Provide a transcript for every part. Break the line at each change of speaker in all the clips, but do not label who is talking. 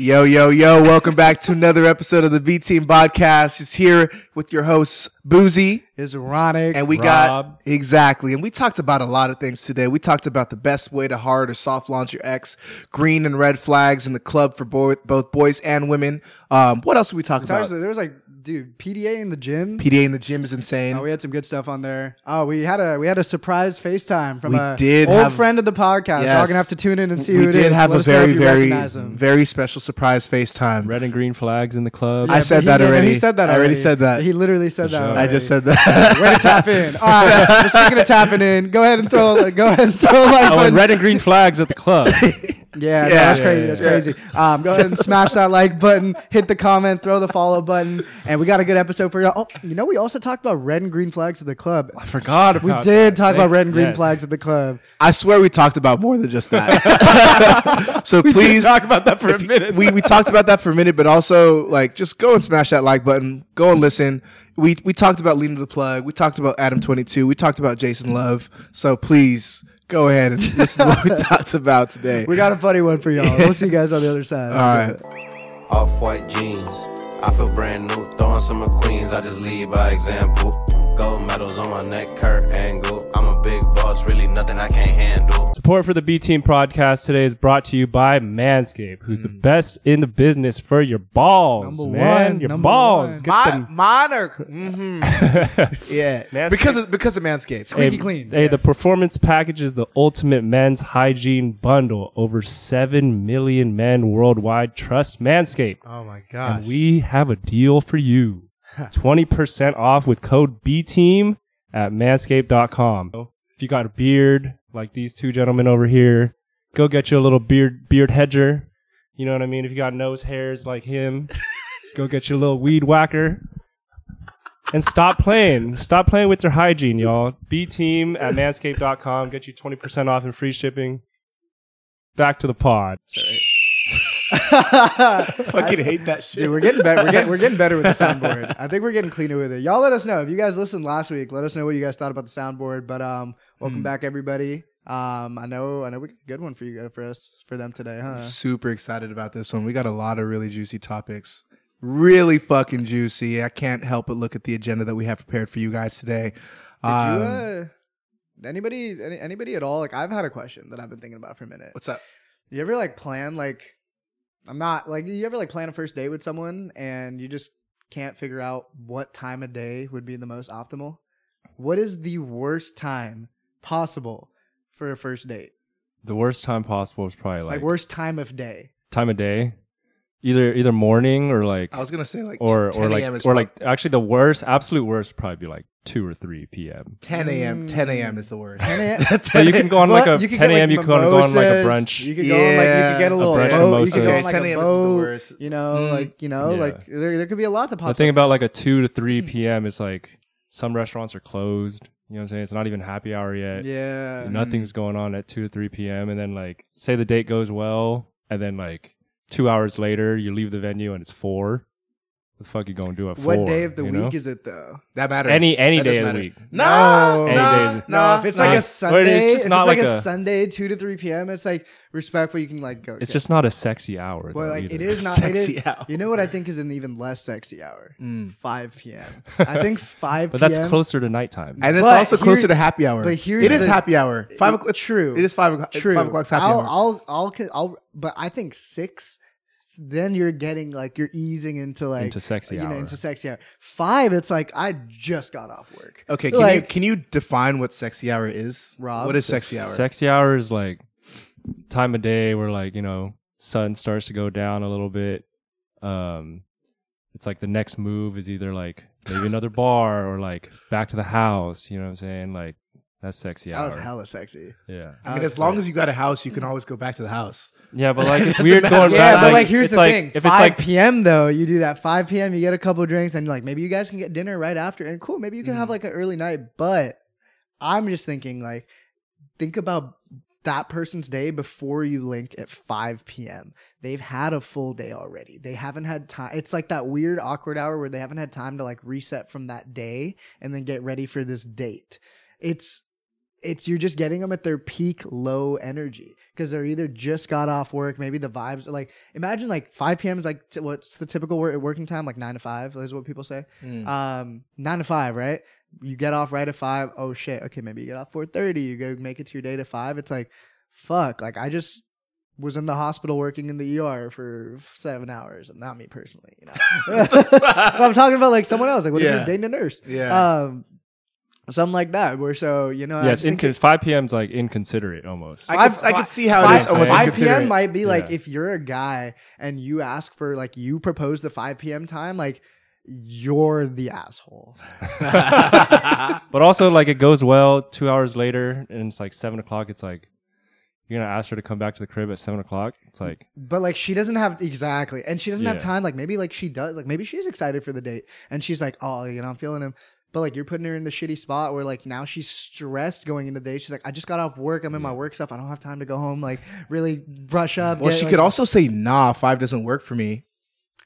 Yo, yo, yo, welcome back to another episode of the V Team Podcast. It's here with your hosts, Boozy.
It's ironic.
And we
Rob.
got exactly. And we talked about a lot of things today. We talked about the best way to hard or soft launch your ex, green and red flags in the club for boy, both boys and women. Um, what else did we talk
There was-
about?
there was like, dude, PDA in the gym.
PDA in the gym is insane.
Oh, we had some good stuff on there. Oh, we had a we had a surprise FaceTime from
We
a
did
old
have-
friend of the podcast.
Yes.
Y'all gonna have to tune in and see
we
who it is.
did have
Let
a
us know if
very,
you
very,
recognize him.
very special surprise FaceTime.
Red and green flags in the club.
Yeah,
I
but
said
he
that
did- no,
already.
He said that.
I already
already
said that.
He literally said that.
sure.
I
already.
just said that.
Way to tap in. All right. we're Speaking of tapping in, go ahead and throw. Go ahead and throw. Like
oh,
button.
and red and green flags at the club.
Yeah.
Yeah, no, that's
Yeah,
crazy.
yeah,
That's
yeah.
crazy. Um, go ahead and smash that like button, hit the comment, throw the follow button, and we got a good episode for y'all. Oh, you know, we also talked about red and green flags at the club.
I forgot.
We
about
did
that.
talk about red and green
Yes.
flags at the club.
I swear we talked about more than just that. so please
talk about that for a minute.
we, we talked about that for a minute, but also like just go and smash that like button. Go and listen. We we talked about leading the plug. We talked about Adam twenty two. We talked about Jason Love. So please go ahead and listen to what we talked about today.
We got a funny one for y'all. We'll see you guys on the other side.
All right.
off white jeans. I feel brand new, throwing some McQueens. I just lead by example. Gold medals on my neck, Kurt Angle. I'm a big boss, really nothing I can't handle.
Support for the B Team podcast today is brought to you by Manscaped, who's the best in the business for your balls,
Hmm. Number
man.
one,
your
number
balls.
one.
Get
My,
them-
monarch. hmm yeah.
Manscaped.
Because of, because of Manscaped.
Hey,
Squeaky
clean,
Hey,
yes.
the performance package is the ultimate men's hygiene bundle. Over seven million men worldwide trust Manscaped.
Oh my
And
gosh.
we have a deal for you. 20% off with code BTEAM at manscaped.com. If you got a beard like these two gentlemen over here, go get you a little beard beard hedger. You know what I mean? If you got nose hairs like him, go get you a little weed whacker. And stop playing. Stop playing with your hygiene, y'all. BTEAM at manscaped.com. Get you 20% off and free shipping. Back to the pod.
fucking hate that shit.
Dude, we're getting better. We're getting, we're getting better with the soundboard. I think we're getting cleaner with it. Y'all let us know if you guys listened last week. Let us know what you guys thought about the soundboard. But um,
Hmm.
welcome back everybody. Um, I know, I know, we got a good one for you uh, for us for them today,
Uh,
huh?
super excited about this one. We got a lot of really juicy topics. Really fucking juicy. I can't help but look at the agenda that we have prepared for you guys today.
Did
Um,
you, uh, anybody, any, anybody at all? Like, I've had a question that I've been thinking about for a minute.
what's up?
You ever like plan like, I'm not like, you ever like plan a first date with someone and you just can't figure out what time of day would be the most optimal? What is the worst time possible for a first date?
The worst time possible was probably
Like, worst time of day.
time of day, either either morning or like
I was gonna say like
or
10
or
a.m. is
like or
prob-
like actually the worst, absolute worst, would probably be like two or three p.m.
10 a.m. 10 a.m. is the worst.
10 a.m.
But you can go on like
But
a
could
ten
get, like,
a.m. you can go on like a
mimosas.
brunch.
You could go on like you
Yeah,
could get a
a
little
brunch
boat. You could go on
mimosas.
like
10 a.m.
a
is the
boat.
worst.
You know,
Mm.
like you know,
Yeah.
like there, there could be a lot to pop.
the
up.
thing about like a two to three p.m. is like some restaurants are closed. You know what I'm saying? It's not even happy hour yet.
yeah,
Nothing's going on at two to three p.m. And then like say the date goes well, and then like two hours later you leave the venue and it's four. The fuck you gonna do at four?
What day of the
you
week
know?
is it though?
That matters.
any any
That
day
does
of the
matter.
week?
No,
Any
no,
day.
no.
if it's
no.
like
Or
a
it is
Sunday,
just
if
not
it's like,
like
a,
a-
Sunday two to three p.m. It's like respectful. You can like go.
It's
yeah.
just not a sexy hour.
well,
though,
like it
either.
is not
Sexy
it is,
hour.
You know what I think is an even less sexy hour?
Mm.
Five p.m. I think five.
But that's
PM,
closer to nighttime.
And it's
But
also
here-
closer to happy hour.
but here's
it is
the-
happy hour. Five o'clock.
True.
It is five o'clock.
True.
Five o'clock's happy
I'll,
hour.
I'll, I'll, con- I'll, but I think six. Then you're getting like you're easing into like
Into sexy
you know,
hour.
into sexy hour. Five, it's like I just got off work.
okay, can you
like-
can you define what sexy hour is?
Rob,
what is
sex-
sexy hour?
Sexy hour is like time of day where like, you know, sun starts to go down a little bit. Um it's like the next move is either like maybe another bar or like back to the house, you know what I'm saying? Like that's sexy
That was
hour.
hella sexy.
Yeah.
I mean, as long as you got a house, you can always go back to the house.
Yeah, but like it's
Doesn't
weird
matter.
going
Yeah,
back.
but like here's
it's
the
like,
thing.
If it's
5
like
p.m. though, you do that 5 p.m. You get a couple drinks and like maybe you guys can get dinner right after and cool, maybe you can have like an early night, but I'm just thinking like think about that person's day before you link at 5 p.m. They've had a full day already. They haven't had time. It's like that weird awkward hour where they haven't had time to like reset from that day and then get ready for this date. It's it's you're just getting them at their peak low energy because they're either just got off work. Maybe the vibes are like imagine like 5 p.m. is like t- what's the typical wor- working time like nine to five is what people say.
Mm.
Um, nine to five, right? You get off right at five. Oh shit. Okay, maybe you get off 4:30. You go make it to your day to five. It's like fuck. Like I just was in the hospital working in the ER for seven hours. Not me personally, you know. But I'm talking about like someone else. Like what if
Yeah.
you're dating a nurse?
Yeah.
Um, something like that. Where so you know,
yeah,
I
it's
was thinking-
incon- 5 p.m.'s like inconsiderate almost.
I
Five-
could, I could
five-
see how it
five,
is almost
5
inconsiderate.
p.m. might be like
Yeah.
if you're a guy and you ask for like you propose the 5 p.m. time, like you're the asshole.
but also, like, it goes well two hours later and it's like 7 o'clock. It's like, you're going to ask her to come back to the crib at 7 o'clock. It's like,
But like she doesn't have exactly, and she doesn't have
Yeah.
time. Like maybe like she does, like maybe she's excited for the date, and she's like, oh, you know, I'm feeling him. But like you're putting her in the shitty spot where like now she's stressed going into the date. She's like, I just got off work. I'm in my work stuff. I don't have time to go home. Like really brush up.
Well,
get,
she
like-"
could also say, "Nah, five doesn't work for me."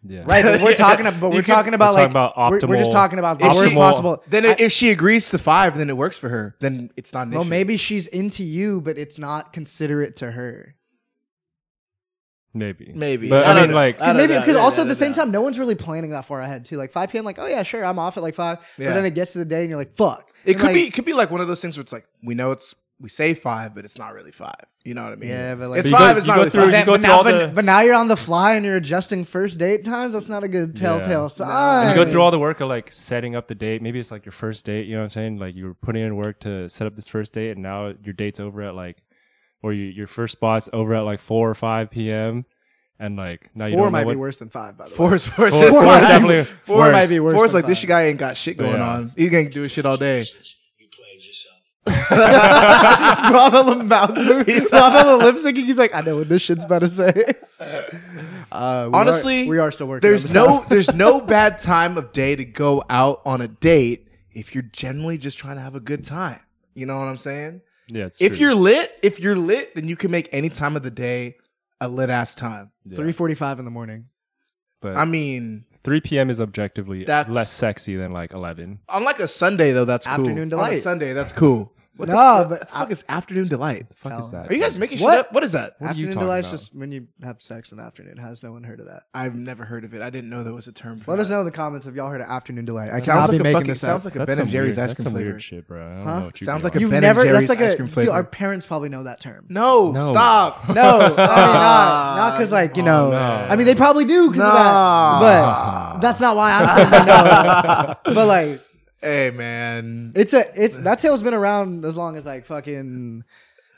yeah.
right. But we're talking about. But
You
we're
could-
talking about
We're talking
like
about
we're, we're just
optimal-
talking about the
If she-
worst possible.
Then,
I-
if she agrees to five, then it works for her. Then it's not an
Well,
issue.
maybe she's into you, but it's not considerate to her.
Maybe.
Maybe.
But I,
I don't
mean,
know.
like,
I don't
maybe
know.
because
Yeah,
also
I
at the
don't
same
know.
time, no one's really planning that far ahead too. Like five p.m., like oh yeah, sure, I'm off at like five,
Yeah.
but then it gets to the day and you're like fuck.
it
And,
could
like-
be. It could be like one of those things where it's like we know it's we say five, but it's not really five. You know what I mean?
Yeah, but like-
it's
But you
five.
go-
it's
you
not
go
really
through-
five.
you
Then-
go
but,
through
now,
all
but,
the-
but now you're on the fly and you're adjusting first date times. That's not a good telltale sign.
You go through all the work of like setting up the date. Maybe it's like your first date. You know what I'm saying? Like you were putting in work to set up this first date, and now your date's over at like, or your your first spot's over at like four or five p.m. And like now you
four
don't know
might
what,
be worse than five. By the way,
Four is worse.
Four-
than
four
five.
is definitely
four
worse.
might be worse. Four is
than
like this
five.
guy ain't got shit going
Yeah.
on. He can do his shit all day.
You played yourself.
Rob mouth moves. Rob lip syncing. He's like, I know what this shit's about to say. Uh, we are-
Honestly,
we are still working. on
There's
this
no there's no bad time of day to go out on a date if you're generally just trying to have a good time. You know what I'm saying?
Yeah, it's
if
true.
you're lit, if you're lit, then you can make any time of the day a lit ass time.
Yeah.
Three forty-five in the morning.
but
I mean,
three p.m. is objectively
That's-
less sexy than like eleven.
on like a Sunday though, that's cool.
Afternoon
On a
delight.
Sunday, that's cool. What the,
No,
what
but
the fuck is afternoon delight? The fuck
What is
Tell 'em.
that?
Are you guys making
What?
shit up? What is that?
What are
afternoon
you talking
delight's
about?
just when you have sex in the afternoon. Has no one heard of that?
I've never heard of it. I didn't know there was a term for
Let
that.
us know in the comments if y'all heard of afternoon delight. I cannot
Sounds
be
like, a
making
fucking,
this
sounds
up.
like a Ben
some
and Jerry's
weird,
ice
that's
cream
some
flavor.
weird shit, bro. I don't
Huh?
know what you
Sounds
be
like a
on.
You've
Ben and
never.
Jerry's
That's like
ice
a.
cream
dude,
flavor.
our parents probably know that term.
No,
No.
stop.
No, I mean, not
Ah,
not because like you know. I mean, they probably do because of
oh, No.
that. But that's not why I'm saying they know. it. But like,
Hey man.
it's a it's that tale's been around as long as like fucking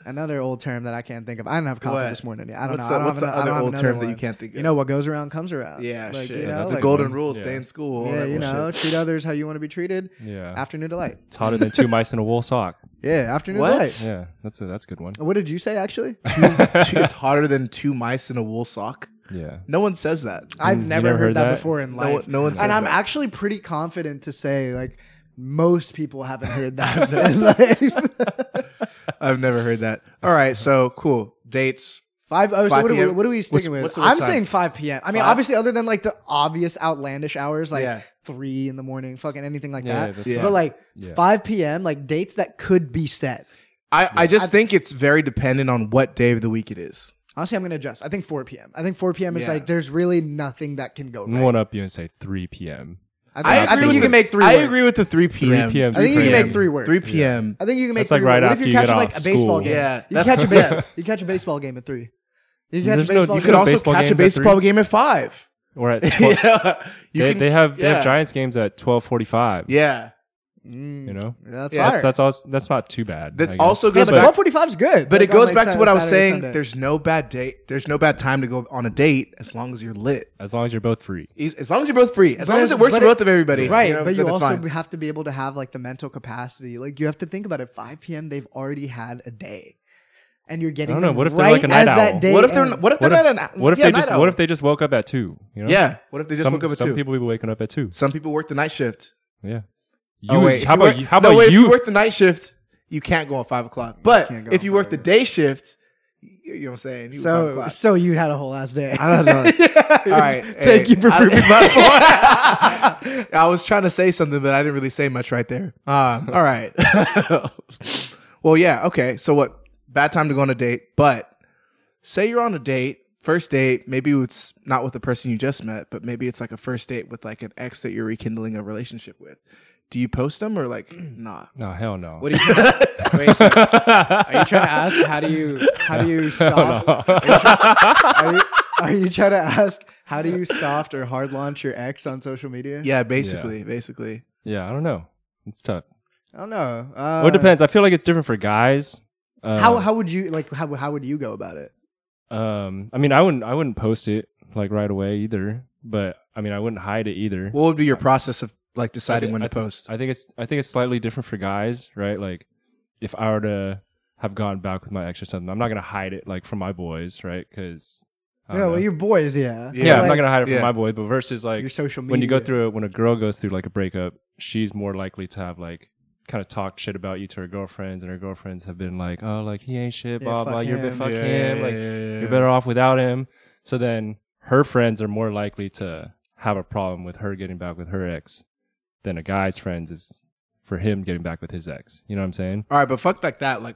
another old term that I can't think of. I do not have coffee
What?
this morning. I don't
What's
know.
the-
I don't
what's
have
the
ano- I
other
don't have
old
another
term that
one.
you can't think of?
You know what goes around comes around.
Yeah,
Like,
shit.
You know,
that's
like,
the golden
one.
rule.
Yeah.
Stay in school. all
Yeah,
that
you
bullshit.
know, treat others how you want to be treated.
Yeah.
Afternoon delight.
It's hotter than two mice in a wool sock.
Yeah, afternoon
What?
delight.
Yeah, that's a that's a good one.
What did you say actually?
Two- it's hotter than two mice in a wool sock.
Yeah,
No one says that.
I've
you
never heard, that, before in
No
life.
one- no one says
and I'm
that.
actually pretty confident to say like most people haven't heard that in life.
I've never heard that. All right, so cool. Dates.
Five oh, so
5
what are, we,
PM?
what are we
What's-
sticking with?
what's the worst
I'm
time?
saying 5 p.m. I mean,
Five?
obviously, other than like the obvious outlandish hours, like
Yeah.
3 in the morning, fucking anything like
Yeah,
that.
that's
Yeah.
But like
Yeah.
5 p.m., like dates that could be set.
I, I just think it's very dependent on what day of the week it is.
Honestly, I'm going to adjust. I think 4 p.m. I think 4 p.m. is
Yeah.
like there's really nothing that can go
I'm
wrong.
one up you and say three p.m.
I,
I,
agree
think
with
you can
this.
make 3
I
work.
agree with the three p.m.
3 p.m.
I think you can make 3 work.
Three p.m.
I think you can make
That's like
three
right
work. What
after
if you're
you get
catching
off
like a baseball
school.
game?
Yeah,
you
that's-
catch a baseball. you catch a baseball game at three. You catch
There's
a
no-
baseball.
you
You could
game.
also
baseball
catch a
games at
baseball game at five.
or at 12,
yeah, you
they,
can-
they have they
yeah.
have Giants games at twelve forty five.
Yeah,
Mm,
you know
that's
Yeah,
yeah,
that's that's also, that's not too bad. I
that
guess.
also
yeah,
goes
but
back.
twelve forty five is good.
But it
Like, on,
goes
like,
back to
Saturday,
what I was
Saturday,
saying.
Sunday.
There's no bad date. There's no bad time to go on a date as long as you're lit.
as long as you're both free.
As as long as you're both free. As
But
long as
as-
it works
but
for
it-
both of everybody.
right,
You know,
but
so
you
that's
also
fine.
have to be able to have like the mental capacity. Like you have to think about it. Five p.m. They've already had a day, and you're getting
I don't know,
them
what if they're
right
like a night
as that
owl?
day
What if they're
ends.
what if they're
What if,
not an
what if
yeah,
they just
night
what
owl.
if they just woke up at two? You know?
yeah what if they just
some,
woke up at
some
two?
people be waking up at two.
some people work the night shift.
Yeah. You,
oh wait,
how
if you work-
about you? How
no,
about
wait,
you?
If you work the night shift, you can't go on five o'clock. But
can't go
if
on
you work
five
the
o'clock.
day shift, you, you know what I'm saying. You go
So
five
so you had a whole ass day.
I don't know.
All
All right.
Thank
hey,
you for
I-
proving
I was trying to say something, but I didn't really say much right there. Um, all right. Well, yeah, okay. So what? Bad time to go on a date, but say you're on a date, first date, maybe it's not with the person you just met, but maybe it's like a first date with like an ex that you're rekindling a relationship with. Do you post them or like not?
No, hell no.
What are you? Trying to, wait, so are you trying to ask how do you how do you soft?
Are you, are you trying to ask how do you soft or hard launch your ex on social media?
Yeah, basically, basically.
yeah, I don't know. It's tough.
I don't know. Uh,
well, it depends. I feel like it's different for guys. Uh,
How how would you like how how would you go about it?
Um, I mean, I wouldn't. I wouldn't post it like right away either. But I mean, I wouldn't hide it either.
What would be your process of like deciding when to
I th-
post?
I think it's. I think it's slightly different for guys, right? Like, if I were to have gone back with my ex or something, I'm not gonna hide it like from my boys, right? Because
No, well, your boys, yeah.
Yeah,
yeah, I'm not
Like,
gonna hide it from
yeah.
my boys. But versus like
your social media.
when you go through a, when a girl goes through like a breakup, she's more likely to have like kind of talked shit about you to her girlfriends, and her girlfriends have been like, "Oh, like he ain't shit,
Yeah,
blah
fuck
blah. You're
him.
bit fuck
Yeah,
him. Like
yeah, yeah, yeah.
you're better off without him." So then her friends are more likely to have a problem with her getting back with her ex than a guy's friends is for him getting back with his ex. You know what I'm saying?
All right, but fuck like that. Like,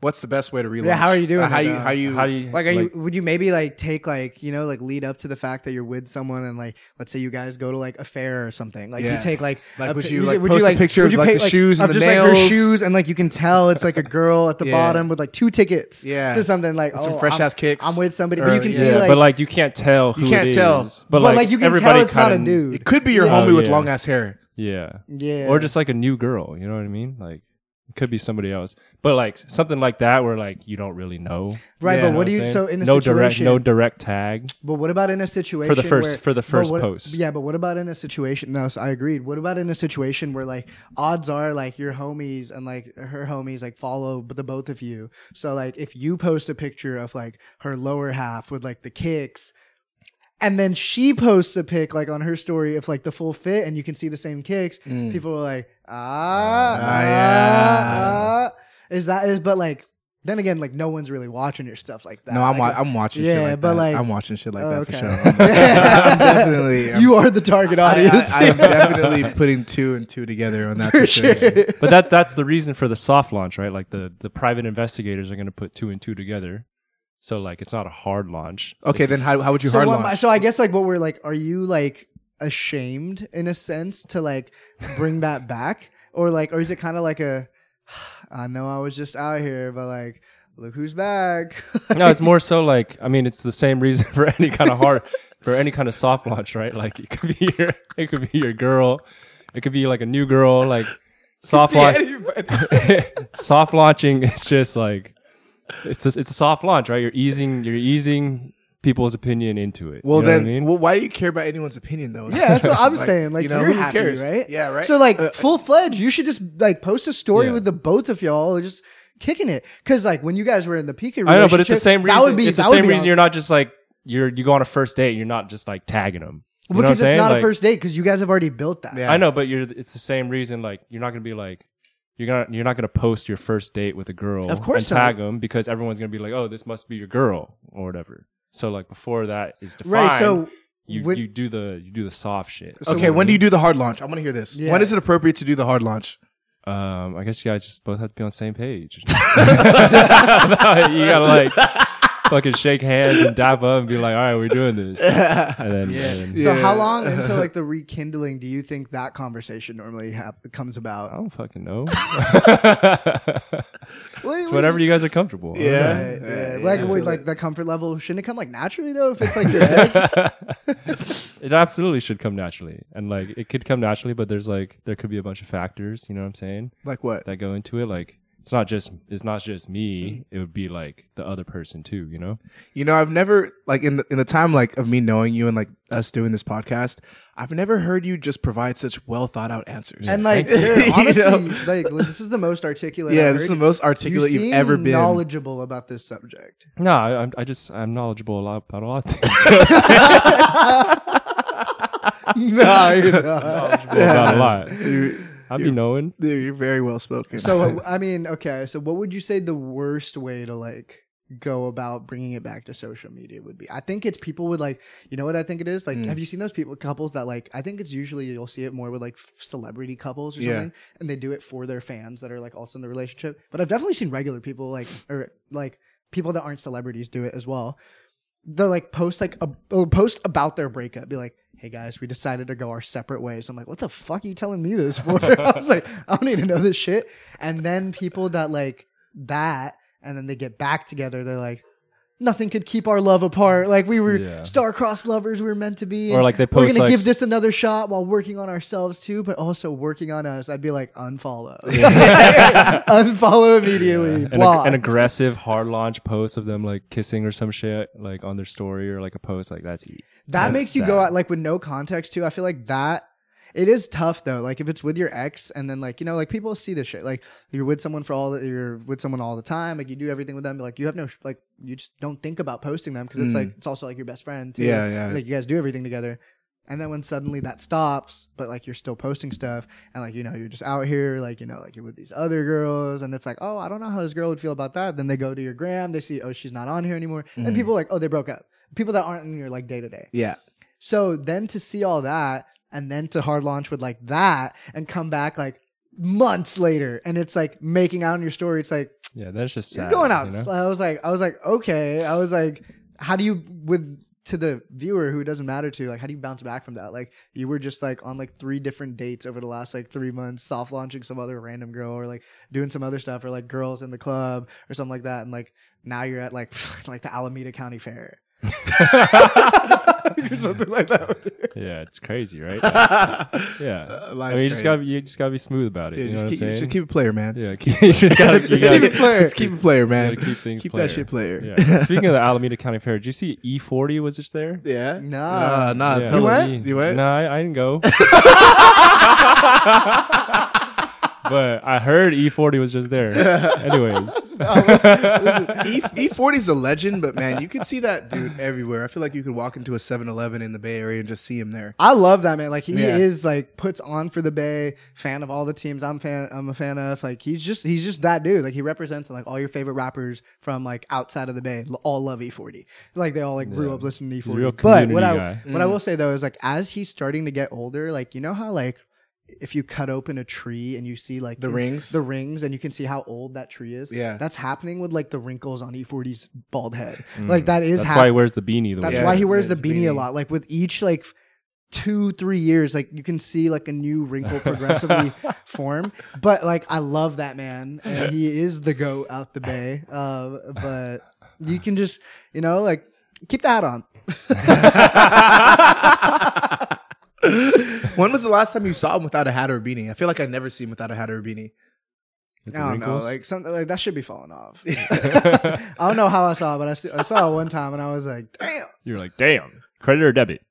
what's the best way to relaunch?
Yeah, how are you doing
How
it,
you
though?
how you
How do you
like, are you? Would you maybe like take like you know like lead up to the fact that you're with someone and like let's say you guys go to like a fair or something. Like
Yeah.
you take like
Like,
a
would
pi-
you, like, post a picture
would
of,
you
like,
pick,
the shoes and
of
the
just, like, her
nails?
shoes and like you can tell it's like a girl at the
Yeah.
bottom with like two tickets.
Yeah.
to something like
With some
oh,
fresh
I'm-
ass kicks.
I'm with somebody,
Or-
but you can
yeah.
see
Yeah,
like,
but like you can't tell. Who
You can't
it
tell.
is.
but, like, you can tell
everybody
it's not a
kinda-
dude.
It could be your
Yeah.
homie
Oh,
with
yeah.
long ass hair.
Yeah.
yeah,
or just like a new girl. You know what I mean? Like it could be somebody else, but like something like that where like you don't really know.
right.
Yeah.
but
You
what do
You know
you?
I'm
So
saying?
in a
no direct,
situation,
no direct tag.
But what about in a situation
first-
where,
for the
but
first
what-
post.
Yeah, but what about in a situation? No, so I agreed. What about in a situation where like odds are like your homies and like her homies like follow b- the both of you. So like if you post a picture of like her lower half with like the kicks. And then she posts a pic like on her story of like the full fit, and you can see the same kicks. People are like, ah,
Mm. Ah, yeah.
ah, ah. is that is? But like, then again, like no one's really watching your stuff like that.
No, I'm wa-
like,
I'm watching.
Yeah,
shit like
but
that.
like-
I'm watching shit like
Oh,
that
okay.
for sure. I'm definitely. I'm,
you are the target audience.
I, am definitely putting two and two together on that
for
situation.
sure.
But that that's the reason for the soft launch, right? Like the the private investigators are going to put two and two together. So like it's not a hard launch.
Okay, then how, how would you
So,
hard
what, am I-
launch?
so I guess like what we're like, are you like ashamed in a sense to like bring that back, or like, or is it kind of like a, I know I was just out here, but like, look who's back.
No, it's more so like I mean it's the same reason for any kind of hard for any kind of soft launch, right? Like it could be your it could be your girl, it could be like a new girl, like soft launch. soft launching is just like it's a, it's a soft launch, right? You're easing you're easing people's opinion into it.
well,
You know what
then,
I mean?
well, why do you care about anyone's opinion though?
Yeah, that's what I'm saying. Like,
you
you
know,
are
who
happy,
cares?
right?
Yeah, right.
So, like,
Uh,
full fledged, you should just like post a story
Yeah.
with the both of y'all, just kicking it. Because, like, when you guys were in the peak,
I know, but it's the same reason.
That would be
it's the
that would
same
be
reason
on-
you're not just like you're you go on a first date. You're not just like tagging them. You know what I'm
because it's
saying?
not a
Like,
first date because you guys have already built that.
Yeah.
I know, but you're. It's the same reason. Like you're not gonna be like you're gonna you're not gonna post your first date with a girl.
Of course
and
not.
tag them because everyone's gonna be like, oh, this must be your girl or whatever. So like before that is defined,
Right. So
you
when-
you do the you do the soft shit.
So
okay,
what-
when do you do the hard launch? I want to hear this.
Yeah.
When is it appropriate to do the hard launch?
Um, I guess you guys just both have to be on the same page. you gotta like fucking shake hands and dap up and be like, all right, we're doing this. And then, and then-
So
Yeah.
how long until like the rekindling do you think that conversation normally hap- comes
I
about?
don't fucking know. it's
It's
whatever you guys are comfortable. I don't
Yeah.
know.
Right,
Yeah,
yeah. Like,
yeah.
with, like the comfort level shouldn't it come like naturally though if it's like your ex?
it absolutely should come naturally. And like it could come naturally, but there's like there could be a bunch of factors, you know what I'm saying,
Like what?
that go into it. Like it's not just it's not just me. It would be like the other person too, you know?
You know, I've never like in the in the time like of me knowing you and like us doing this podcast, I've never heard you just provide such well thought out answers.
and like
You
dude, honestly,
know?
like li- this is the most articulate.
yeah,
I've
this is
heard
the most
you.
articulate
You
you've
seem
ever been.
knowledgeable about this subject.
No, I, I'm- I just I'm knowledgeable a lot about a lot of things.
no, you're
knowledgeable about a lot.
You-
I'd be knowing.
Dude, you're very well spoken.
So I mean, okay. So what would you say the worst way to like go about bringing it back to social media would be. I think it's people would like, you know what I think it is? Like,
Hmm.
have you seen those people, couples that like, I think it's usually you'll see it more with like f- celebrity couples or
Yeah.
something, and they do it for their fans that are like also in the relationship. But I've definitely seen regular people like, or like people that aren't celebrities do it as well. They'll like post like a or post about their breakup, be like, hey guys, we decided to go our separate ways. I'm like, what the fuck are you telling me this for? I was like, I don't need to know this shit. And then people that like that and then they get back together, they're like, nothing could keep our love apart. Like we were
Yeah.
star-crossed lovers, we were meant to be.
Or,
and
like, they
we're
post,
gonna
like,
give
s-
this another shot while working on ourselves too, but also working on us. I'd be like, unfollow, unfollow immediately.
An,
block.
an aggressive hard launch post of them like kissing or some shit like on their story or like a post like that's e-
that
that's
makes you go
sad.
out like with no context too. I feel like that it is tough though. Like if it's with your ex and then like you know like people see this shit. Like you're with someone for all the, you're with someone all the time. Like you do everything with them. Like you have no sh- like you just don't think about posting them because
Mm.
it's like it's also like your best friend. Too.
Yeah, yeah.
Like you guys do everything together. And then when suddenly that stops, but like you're still posting stuff and like, you know, you're just out here, like, you know, like you're with these other girls and it's like, oh, I don't know how this girl would feel about that. Then they go to your gram, they see, oh, she's not on here anymore.
Mm.
And people are like, oh, they broke up. People that aren't in your like day to day.
Yeah.
So then to see all that and then to hard launch with like that and come back like months later and it's like making out in your story, it's like,
yeah that's just sad,
you're going out.
you know?
I was like, I was like, okay. I was like, how do you with to the viewer who it doesn't matter to like how do you bounce back from that like you were just like on like three different dates over the last like three months soft launching some other random girl or like doing some other stuff or like girls in the club or something like that and like now you're at like like the alameda county fair or something like that
yeah it's crazy right yeah
Uh,
I
life's
mean, you just
crazy.
gotta be- you just gotta be smooth about it
Yeah,
you know
just,
what
keep,
I'm saying
just keep it player, man.
yeah keep, you just gotta, you
Just keep
gotta,
it player. Just keep it player, man.
gotta keep things player.
that shit player.
yeah. speaking of the Alameda County Fair did you see E40 was just there
Yeah. Nah,
Nah.
nah.
Yeah.
Tell
You
us.
went?
You went?
No, I, I didn't go. but I heard E40 was just there. Anyways,
E E forty is a legend, but man, you could see that dude everywhere. I feel like you could walk into a 7-Eleven in the Bay Area and just see him there.
I love that man. Like he
Yeah.
is like puts on for the Bay, fan of all the teams. I'm fan. I'm a fan of. Like he's just he's just that dude. Like he represents like all your favorite rappers from like outside of the Bay. L- All love E40. Like they all like grew up listening to
Real
E40. But what I
community guy.
what I will say though is like as he's starting to get older, like you know how like if you cut open a tree and you see like
The
in-
rings?
the rings, and you can see how old that tree is.
Yeah.
that's happening with like the wrinkles on E40's bald head. Like that is
Mm. that's
happening.
why he wears the beanie. The
That's
way
why he
does.
wears
yeah,
the
it's
beanie, a
beanie.
lot. Like with each like f- two, three years, like you can see like a new wrinkle progressively form. But like I love that man, and he is the goat out the bay. Uh, but you can just you know like keep the hat on.
when was the last time you saw him without a hat or a beanie? I feel like I never see him without a hat or a beanie.
With the
I don't know,
wrinkles.
like something like that should be falling off. I don't know how I saw it, but I, see, I saw it one time, and I was like, damn.
You're like, damn, credit or debit?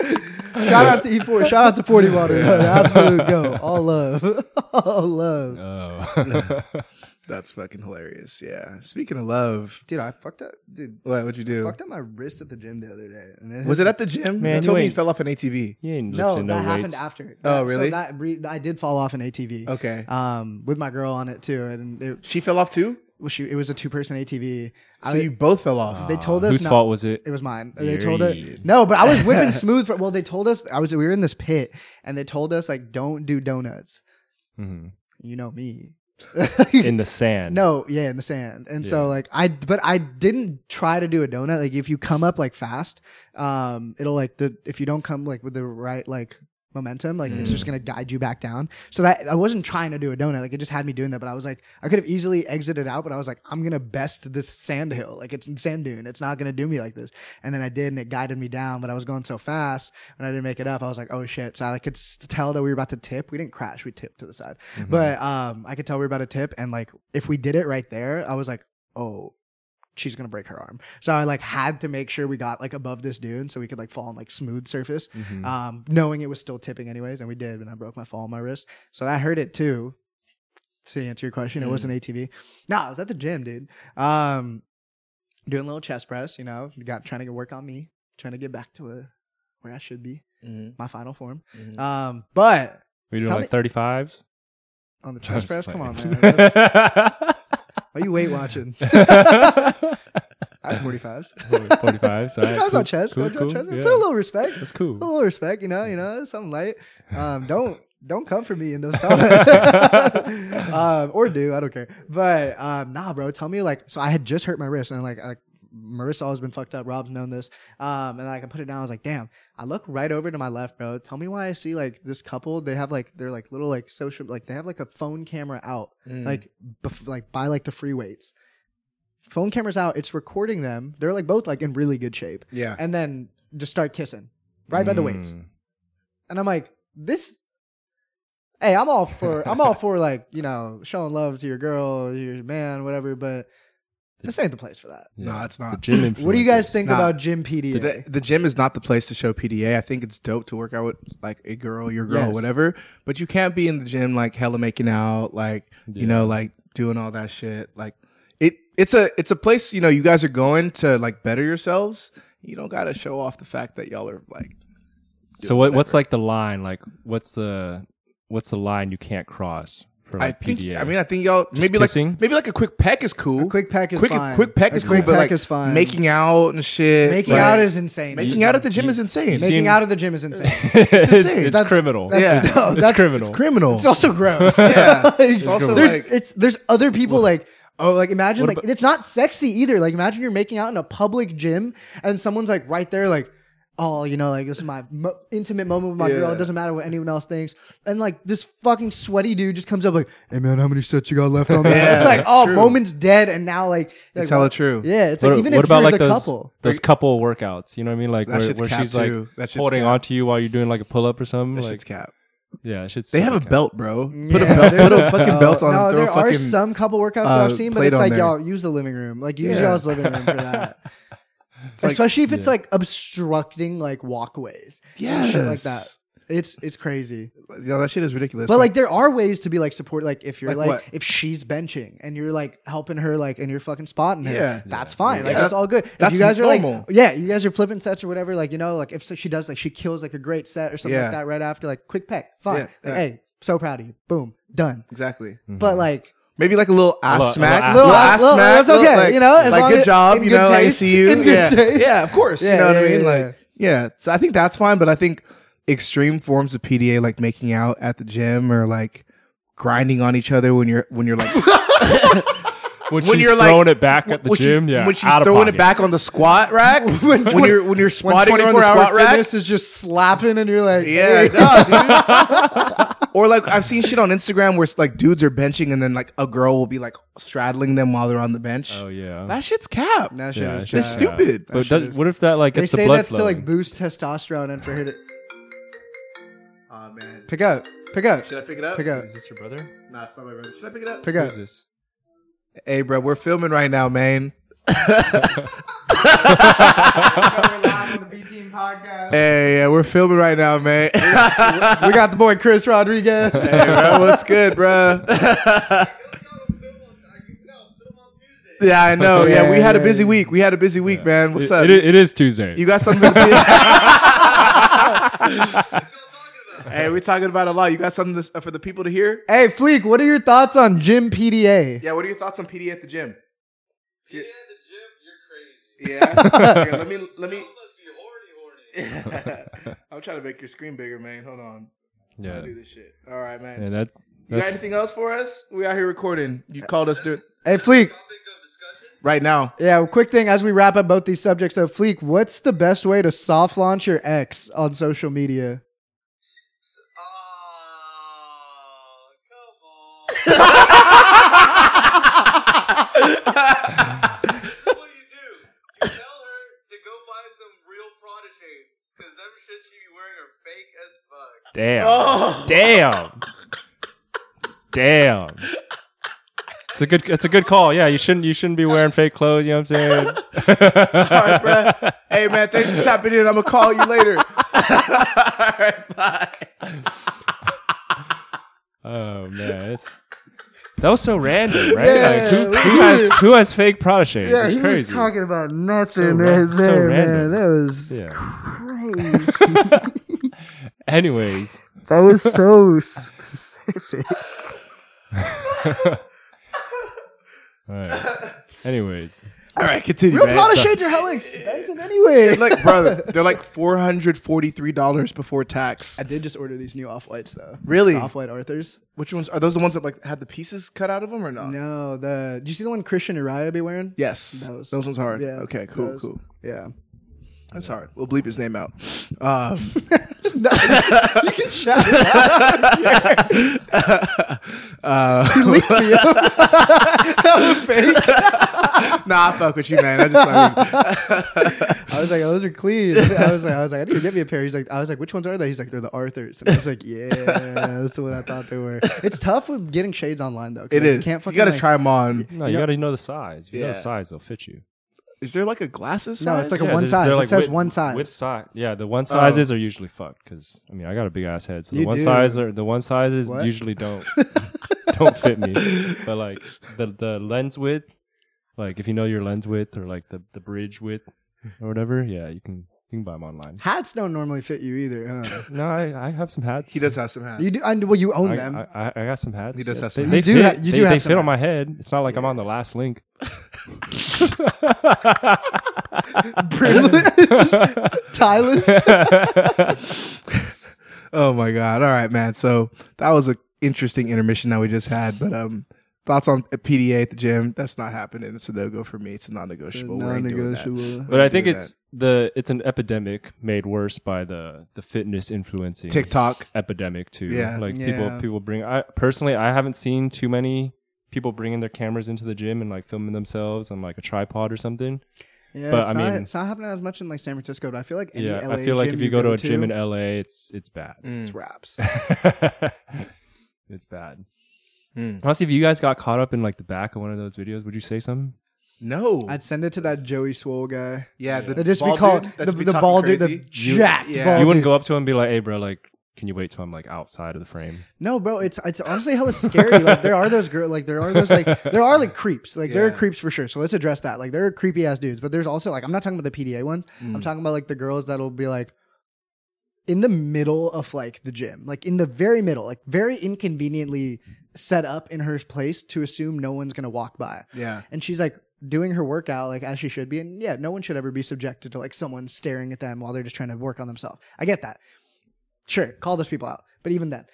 Shout out to E4. Shout out to 40 Water. Absolute go. All love. All love.
Oh,
That's fucking hilarious. Yeah. Speaking of love,
Dude, I fucked up. Dude,
what would you do?
fucked up my wrist at the gym the other day. And
Was it at the gym?
Man,
you told
you
me you
ain't-
fell off an ATV.
you ain't
No,
lifting
that
no,
happened
weights.
after.
Oh,
That-
really?
So that re- I did fall off an ATV.
Okay.
Um, with my girl on it too, and it
She fell off too.
was she, it was a two person ATV. I,
So you both fell off.
Oh.
they told us
Whose
not-
fault was it?
It was mine. They told us
Yours.
no, but I was whipping smooth. For, well, they told us I was. We were in this pit, and they told us like don't do donuts.
Mhm.
You know me.
in the sand.
No, yeah, in the sand. And so like I but I didn't try to do a donut. Like if you come up like fast, um it'll like the if you don't come like with the right like momentum, like it's just gonna guide you back down. So that I wasn't trying to do a donut. Like it just had me doing that, but I was like I could have easily exited out, but I was like, I'm gonna best this sand hill. Like it's in sand dune. It's not gonna do me like this. And then I did and it guided me down, but I was going so fast and I didn't make it up. I was like, oh shit. So I could s- tell that we were about to tip. We didn't crash, we tipped to the side.
Mm-hmm.
But um I could tell we were about to tip and like if we did it right there, I was like, oh, she's gonna break her arm. So I like had to make sure we got like above this dune so we could like fall on like smooth surface.
Mm-hmm.
Um knowing it was still tipping anyways, and we did, and I broke my fall on my wrist. So that hurt it too. To answer your question, it was an ATV. No, I was at the gym, dude. Um doing a little chest press, you know, got trying to work on me, trying to get back to a, where I should be, my final form. Um, but
we doing
tell
like
me-
35s.
on the trash pass? Come on, man. That's-
man.
Why you weight watching? I have 45s.
45. Sorry.
I was
cool,
on chest. I
Cool,
was on
cool,
chest.
yeah.
Put a little respect.
That's
Put a
cool.
little respect, you know, you know, something light. Um, don't don't come for me in those comments. um, or do, I don't care. But um, nah, bro, tell me like so I had just hurt my wrist and like like Marissa always been fucked up. Rob's known this. Um, and like I put it down. I was like, damn. I look right over to my left, bro. Tell me why I see like this couple. They have like they're like little like social like they have like a phone camera out
Mm.
Hmm.
like bef- like by like the free weights. Phone cameras out. It's recording them. They're like both like in really good shape
yeah.
and then just start kissing right by the weights.
Hmm.
Mm.
And I'm like, this. Hey, I'm all for I'm all for like you know showing love to your girl, your man, whatever. But this ain't the place for that.
No,
Yeah.
it's
The
not.
gym influencers.
What do you guys think
Nah.
about gym PDA?
The, the gym is not the place to show PDA. I think it's dope to work out with like a girl, your girl,
Yes.
whatever. But you can't be in the gym like hella making out, like you know, like doing all that shit. Like it, it's a it's a place you know you guys are going to like better yourselves. You don't gotta show off the fact that y'all are like.
So what, what's like the line? Like what's the what's the line you can't cross for
I
like
think.
PDA?
I mean, I think y'all maybe
kissing?
like maybe like a quick peck is cool.
A quick peck is
quick,
fine.
Quick peck
A
is
quick
cool, but
peck
like
is fine.
making out and shit.
making
like,
out is insane.
making out at the gym
You-
is insane.
you-
making
Seeing-
out of the gym is insane.
it's,
insane.
it's
That's-
criminal.
that's-
Yeah.
no,
it's
that's-
criminal.
it's criminal.
It's also gross.
Yeah.
Like,
It's also
there's
like-
it's there's other people like oh like imagine
what
like
about-
it's not sexy either. Like imagine you're making out in a public gym and someone's like right there like oh you know like this is my mo- intimate moment with my girl. It
Yeah.
doesn't matter what anyone else thinks. And like this fucking sweaty dude just comes up like hey man how many sets you got left on that?
Yeah,
it's like
that's
oh
true.
moment's dead and now like
It's
like,
hella
what-
true.
Yeah, it's
What,
like even
what
if
about
you're
like
the
those
couple.
those couple workouts? You know what I mean? Like
That
where,
shit's
where
cap,
she's like
too. That shit's
holding
cap.
onto you while you're doing like a pull up or something.
That
like
shit's cap.
yeah, shit's
They have a
okay.
belt, bro. Put
Yeah,
a belt,
there's
put a fucking belt on.
No,
and throw
there
a fucking,
are some couple workouts that
uh,
I've seen, but
plate
it's
on
like
there.
y'all use the living room. Like use
Yeah.
y'all's living room for that.
like-
Especially if it's like obstructing like walkways. and
yeah,
Shit like that. It's it's crazy.
Yo, that shit is ridiculous.
But like there are ways to be like support like if you're
Like
like,
what?
if she's benching and you're like helping her like and you're fucking spotting her.
Yeah.
That's fine. Like
Yeah.
it's all good. If
That's
you guys are like
normal.
Yeah, you guys are flipping sets or whatever, like you know, like if so she does like she kills like a great set or something
Yeah.
like that right after, like quick peck, fine.
Yeah,
Like,
yeah.
hey, so proud of you. Boom. Done.
exactly.
Mm-hmm.
But like
Maybe like a little ass
little- a
smack,
little
ass-
ass
Little-
smack.
that's okay,
like,
you know, as
like
long
good
as-
job,
in
you
good
know, I
taste,
see you.
in good
yeah,
taste.
yeah, of course.
Yeah,
you know what
yeah,
I mean?
yeah,
Like, yeah. So I think that's fine, but I think extreme forms of PDA, like making out at the gym or like grinding on each other when you're when you're like
when,
when
she's
you're like
throwing it back at the
when she's-
gym. yeah,
when she's
out of
throwing
pocket.
it back on the squat rack. when, you're when you're squatting on the squat rack,
is just slapping and you're like,
Yeah, nah, dude. or like I've seen shit on Instagram where it's like dudes are benching and then like a girl will be like straddling them while they're on the bench.
Oh yeah,
That shit's cap.
That shit
yeah,
is
That's
trash.
yeah.
stupid. That
But
shit
does-
is-
what if that like
They
gets the
say
blood
that's
flowing?
to like boost testosterone and for her to
Oh man.
pick up, pick up,
Should I pick it up?
pick up,
Is this your brother?
Nah, it's not my brother. Should I pick it up?
pick
Who
up.
is this?
Hey, bro, we're filming right now, man. Hey, yeah, we're filming right now, man.
we got the boy Chris Rodriguez.
hey, bro, what's good, bro? yeah, I know. Yeah, we had a busy week. We had a busy week, man. What's
It-
up?
It, is- it is Tuesday.
You got something to Hey, we're talking about a lot. You got something to, uh, for the people to hear?
hey, Fleek, what are your thoughts on gym PDA?
Yeah, what are your thoughts on PD at the gym?
Yeah, the gym, you're crazy.
Yeah. Okay, let me let me
You must be horny, horny.
I'm trying to make your screen bigger, man. Hold on.
yeah,
I'll do this shit. All right, man.
yeah that,
you got
that's
anything else for us? We out here recording. You called us through
Hey, Fleek.
Topic of discussion.
right now.
Yeah, quick thing as we wrap up both these subjects. So, Fleek, what's the best way to soft launch your ex on social media?
Oh, come on. this is what you do. You tell her to go buy some real Prada shades, because them shits she be wearing are fake as fuck.
damn,
Oh.
damn, damn. It's a good. It's a good call. Yeah, you shouldn't. You shouldn't be wearing fake clothes. You know what I'm saying?
All right, bro. Hey, man, thanks for tapping in. I'm going to call you later. All right, bye.
Oh man, it's, that was so random, right?
Yeah,
like, who,
we-
who has who has fake Prada shades?
Yeah,
it's
he
crazy.
was talking about nothing,
So
man.
ran- so
man,
random.
man, that was
yeah.
crazy.
Anyways,
that was so specific.
All right. Anyways,
All right, continue.
Real
man.
Prada shades are hella expensive anyway.
Like, brother, they're like four hundred forty-three dollars before tax.
I did just order these new off whites though.
Really?
Off white Arthurs.
Which ones are those? The ones that like had the pieces cut out of them or not?
No, the do you see the one Christian Uriah be wearing?
Yes,
Those.
those. ones hard.
Yeah,
Okay. Cool.
those.
Cool.
Yeah.
That's hard. We'll bleep his name out. Um, nah, I fuck with you, man. I just fuck with
I was like, oh, those are clean. I was like, I was like, I need to get me a pair. He's like, I was like, which ones are they? He's like, they're the Arthurs. And I was like, yeah, that's the one I thought they were. It's tough with getting shades online though. 'cause,
you. It
like,
is. You, gotta
like-
try them on.
no, you,
know-
gotta know the size. If you know the
Yeah.
size, they'll fit you.
Is there like a glasses?
No, it's
size?
like a one
there's-
size.
they're
It says
width-
one size. Oh.
Width size. Yeah, the one sizes are usually fucked because I mean I got a big ass head, so the
You
one
do.
size are the one sizes
What?
usually don't don't fit me. But like the the lens width, like if you know your lens width or like the the bridge width or whatever, yeah, you can you can buy them online.
Hats don't normally fit you either. Huh?
No, I, I have some hats.
He does have some hats.
You do, and well, you own
I,
them.
I, I, I got some hats.
He does
Yeah,
have
they-
some
They,
hats. You do
fit,
ha- you
they,
do
they
have some
fit on my head. It's not like I'm on the last link.
Tylus.
Oh my god! All right, man. So that was an interesting intermission that we just had. But um, thoughts on PDA at the gym? That's not happening. It's a no go for me. It's a non-negotiable. We ain't doing that.
Non-negotiable.
But I think
do
it's the it's an epidemic made worse by the the fitness influencing
TikTok.
epidemic too.
Yeah.
like
Yeah.
people people bring. I personally I haven't seen too many people bringing their cameras into the gym and like filming themselves on like a tripod or something.
Yeah,
But
it's,
I
not,
mean-
it's not happening as much in like San Francisco, but I feel like any
yeah,
LA
I feel like
gym
if you go to a gym in
to,
LA, it's it's bad.
Mm.
it's wraps.
it's bad.
Mm.
Honestly, if you guys got caught up in like the back of one of those videos, would you say something?
No.
Oh.
I'd send it to that Joey Swole guy.
yeah. The
They just be
bald
called
dude,
the,
that's be
the
talking
ball dude, the
crazy.
jacked
yeah.
ball
you wouldn't
dude.
go up to him and be like, "Hey, bro, like, can you wait till I'm like outside of the frame?"
No, bro, it's it's honestly hella scary. like there are those girl, like there are those like there are like creeps. Like there are
Yeah.
creeps for sure. So let's address that. Like there are creepy ass dudes, but there's also like I'm not talking about the PDA ones.
Mm.
I'm talking about like the girls that'll be like in the middle of like the gym, like in the very middle, like very inconveniently set up in her place to assume no one's gonna walk by.
Yeah.
And she's like doing her workout like as she should be. And yeah, no one should ever be subjected to like someone staring at them while they're just trying to work on themselves. I get that. Sure, call those people out. But even then,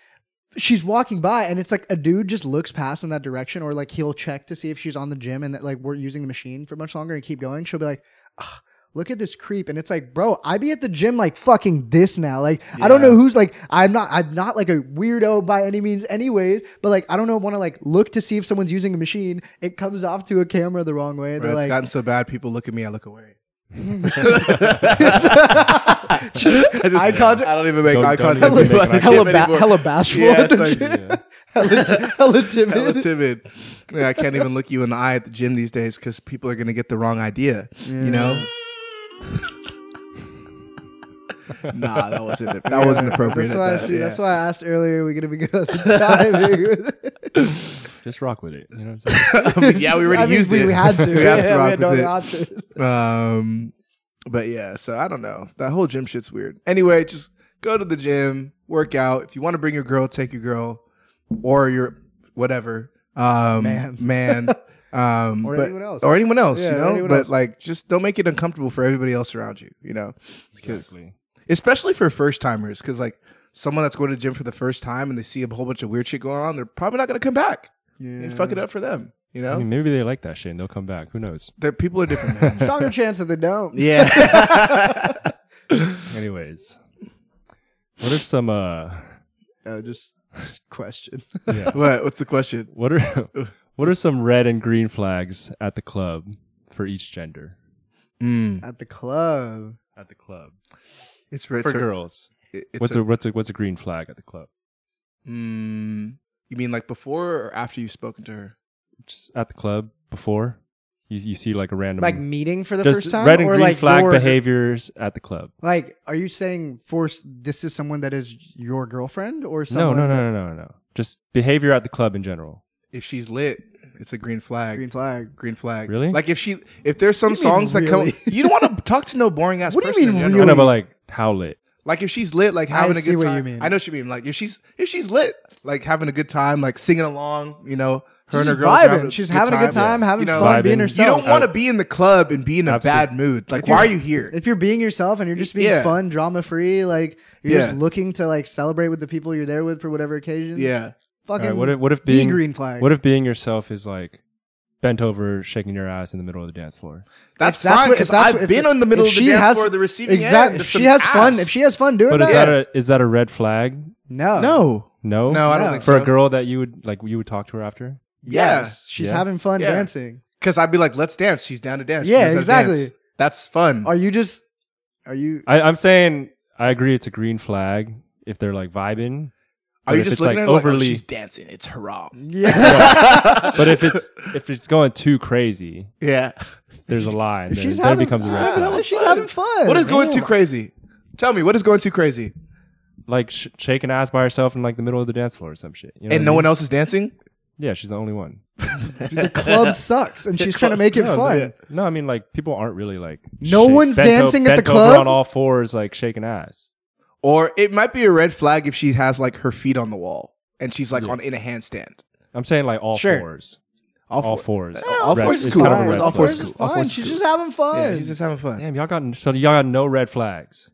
she's walking by and it's like a dude just looks past in that direction or like he'll check to see if she's on the gym and that like we're using the machine for much longer and keep going. She'll be like, "Ugh, Look at this creep, and it's like, bro, I be at the gym like fucking this now. Like, I don't
Yeah.
know who's like, I'm not, I'm not like a weirdo by any means, anyways. But like, I don't know, want to like look to see if someone's using a machine. It comes off to a camera the wrong way.
Bro,
They're
it's
like,
gotten so bad. People look at me. I look away. I, just,
eye contact-
I don't even make
Don't-
eye
don't
contact.
even
hella,
with people at the gym
hella,
make eye
ba-
anymore.
hella bashful.
Yeah,
at the
it's like-
gym. hella, t- hella timid.
hella timid. Yeah, I can't even look you in the eye at the gym these days because people are gonna get the wrong idea. You know. nah, that wasn't it. That wasn't appropriate.
That's
at
why I
that,
see.
yeah.
That's why I asked earlier. We're gonna be good at the time.
Just rock with it. You know. What I'm saying?
yeah, we already
I mean,
used
we,
it.
We had to.
we had to
Yeah,
rock
we had no
with
other
it.
option.
Um, but yeah, so I don't know. That whole gym shit's weird. Anyway, just go to the gym, work out. If you want to bring your girl, take your girl, or your whatever um,
Man.
man, um,
Or
but-
anyone else.
or anyone else.
Yeah,
you know,
anyone
but
else.
like, just don't make it uncomfortable for everybody else around you. You know, because
Exactly.
especially for first timers, because like someone that's going to the gym for the first time and they see a whole bunch of weird shit going on, they're probably not going to come back.
Yeah.
You fuck it up for them. You know,
I mean, maybe they like that shit and they'll come back. Who knows?
They're- people are different. Man.
Stronger chance that they don't.
yeah.
Anyways, what are some uh?
No, just, just question.
what? What's the question?
What are what are some red and green flags at the club for each gender?
Mm.
At the club.
At the club
It's it's
for
a-
girls,
it- It's
what's
a,
a, what's a what's a green flag at the club?
mm, you mean like before or after you've spoken to her?
Just at the club before you you see like a random
Like meeting for the
just
first time,
red and
or
green
like
flag
your-
behaviors at the club.
Like, are you saying force? This is someone that is your girlfriend, or
No,
someone?
no,
that-
no, no, no, no. Just behavior at the club in general.
If she's lit, it's a green flag.
Green
Green,
flag.
flag.
Really?
Like if she, if there's some
What do you mean,
songs that
really?
come, you don't want to talk to no boring ass.
What do you
person in
mean,
general.
I
really?
know, but like how lit?
Like if she's lit, like having a
see
good
what
time.
you mean.
I know what you mean. Like if she's if she's lit, like having a good time, like singing along, you know, her and her
She's
girls. are
vibing. She's having a good time,
Yeah.
having
You know,
fun, being
Vibing.
herself.
You don't want to be in the club and be in a
Absolutely.
bad mood. Like why are you here?
if you're being yourself and you're just being
Yeah.
fun, drama free, like you're just
Yeah.
looking to like celebrate with the people you're there with for whatever occasion.
Yeah.
Fucking
All right, what if what if
be
being
green flag.
what if being yourself is like bent over, shaking your ass in the middle of the dance floor?
That's
that's
fine
what-
because
if that's
I've
what- if
been
the-
on the middle
if
of the
she
dance
has-
floor, the receiving end.
Exactly.
of
If she
some
has fun,
ass.
if she has fun doing
But
that,
is that a is that a red flag?
no,
no,
No,
no, I don't think
for
so.
a girl that you would like, you would talk to her after.
yes, she's
Yeah.
having fun
Yeah.
dancing.
because I'd be like, let's dance. She's down to dance. She
Yeah,
knows how to
exactly.
dance. That's fun.
Are you just? Are you?
I, I'm saying I agree. It's a green flag if they're like vibing.
Are
But
you
if
just
it's,
looking
like,
at her like, oh,
overly-
she's dancing? It's haram.
Yeah.
But if it's if it's going too crazy,
Yeah.
there's a line.
If
There,
she's
there
having,
becomes a red
having-
flag.
if she's having fun.
What is going
Damn.
too crazy? Tell me, what is going too crazy?
Like sh- shaking ass by herself in like the middle of the dance floor or some shit. You know
And
what
no
I
one
mean?
else is dancing?
Yeah, she's the only one.
The club sucks, and she's trying to make it
no,
fun.
but- No, I mean like people aren't really like.
No one's
bent o-
dancing at the
bent over
club?
on all fours, like shaking ass.
Or it might be a red flag if she has like her feet on the wall and she's like on in a handstand.
I'm saying like all
Sure.
fours.
All,
All
four-
fours.
Yeah, all
Red-
fours is
it's
cool.
kind of a red
All
flag.
fours is
Where's
cool.
the
All
fun?
fours is
She's
cool.
just having
Yeah,
fun.
she's just having fun.
Damn, y'all got so y'all got no red flags.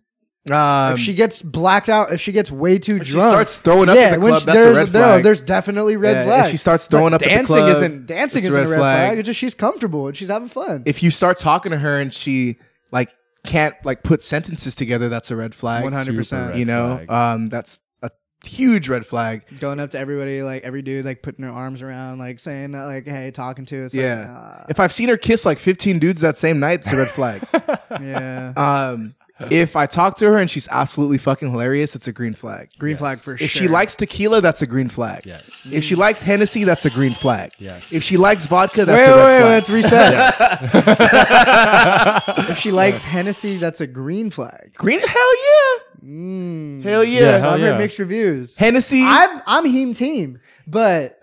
Um,
if she gets blacked out, if she gets way too
if she
drunk,
starts throwing up
yeah,
at the
when
club,
she-
that's a
there's,
red
no,
flag.
there's definitely red
Yeah,
flag.
If she starts throwing up at the
dancing
club,
isn't dancing
it's
isn't a red flag. It's just she's comfortable and she's having fun.
If you start talking to her and she like can't like put sentences together, that's a red flag.
100%.
You know,
Red flag.
um, that's a huge red flag.
Going up to everybody, like every dude, like putting her arms around, like saying, uh, like, "Hey, talking to us." like,
Yeah. If I've seen her kiss like 15 dudes that same night, it's a red flag.
uh, yeah.
um, if I talk to her and she's absolutely fucking hilarious, it's a green flag.
Green flag for sure.
If she likes tequila, that's a green flag.
Yes.
If she likes Hennessy, that's a green flag.
Yes.
If she likes vodka,
wait,
that's
wait,
a red
wait,
flag.
let's reset. if she likes Hennessy, that's a green flag.
green? Hell yeah.
Mm.
Hell yeah.
Yeah,
So
hell
I've heard
yeah.
mixed reviews.
Hennessy.
I'm I'm heme team, but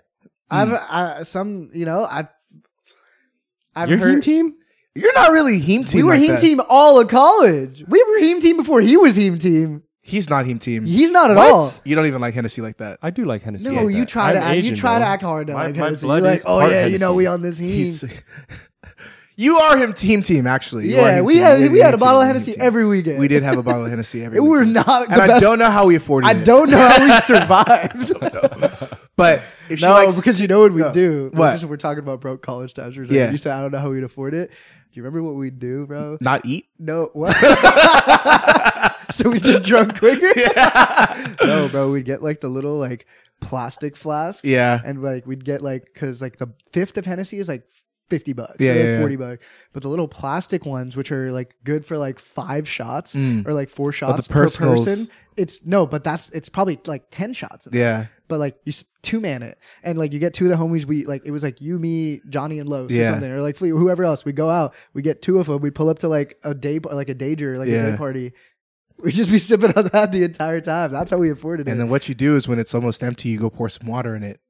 Hmm.
I've I, some you know I. I've
Your
heard,
heme team?
you're not really heme team.
We were
like
heme
that.
team all of college. We were heme team before he was heme team.
He's not heme team.
He's not at
What?
all.
You don't even like Hennessy like that.
I do like Hennessy.
No,
like
you
that.
try to
I'm
act,
Asian,
you try to
bro.
act hard. to
My-
like
my
Hennessy.
blood
You're like,
is
oh
part
yeah, you know
Hennessy.
we on this
He's.
heme.
you are him team team actually. You are
Yeah,
him
we
team.
had
You're
we
the
had a
heme
bottle of
team.
Hennessy
Heme team.
every weekend.
We did have a bottle of Hennessy every.
It were
weekend.
not. The
and I
best-
don't know how we afforded
I
it.
don't know how we survived.
But if she
no,
likes,
because you know what we
No.
would do. We're
What?
just- we're talking about broke college stashers.
Yeah.
Yeah. You said I don't know how we'd afford it. Do you remember what we'd do, bro?
not eat.
No, what? so we get drunk quicker. No, bro, we'd get like the little like plastic flasks.
Yeah.
and like we'd get like because like the fifth of Hennessy is like fifty bucks.
Yeah,
Yeah,
yeah, yeah.
forty bucks. But the little plastic ones, which are like good for like five shots
Mm.
or like four shots per
personals.
person. It's no, but that's it's probably like ten shots. in there.
Yeah.
But like you two man it, and like you get two of the homies. We like it was like you, me, Johnny, and Los
Yeah.
or something, or like Fleet, whoever else. We go out, we get two of them. We pull up to like a day, like a danger, like a
Yeah.
day party. We just be sipping on that the entire time. That's how we afforded it.
And then what you do is when it's almost empty, you go pour some water in it,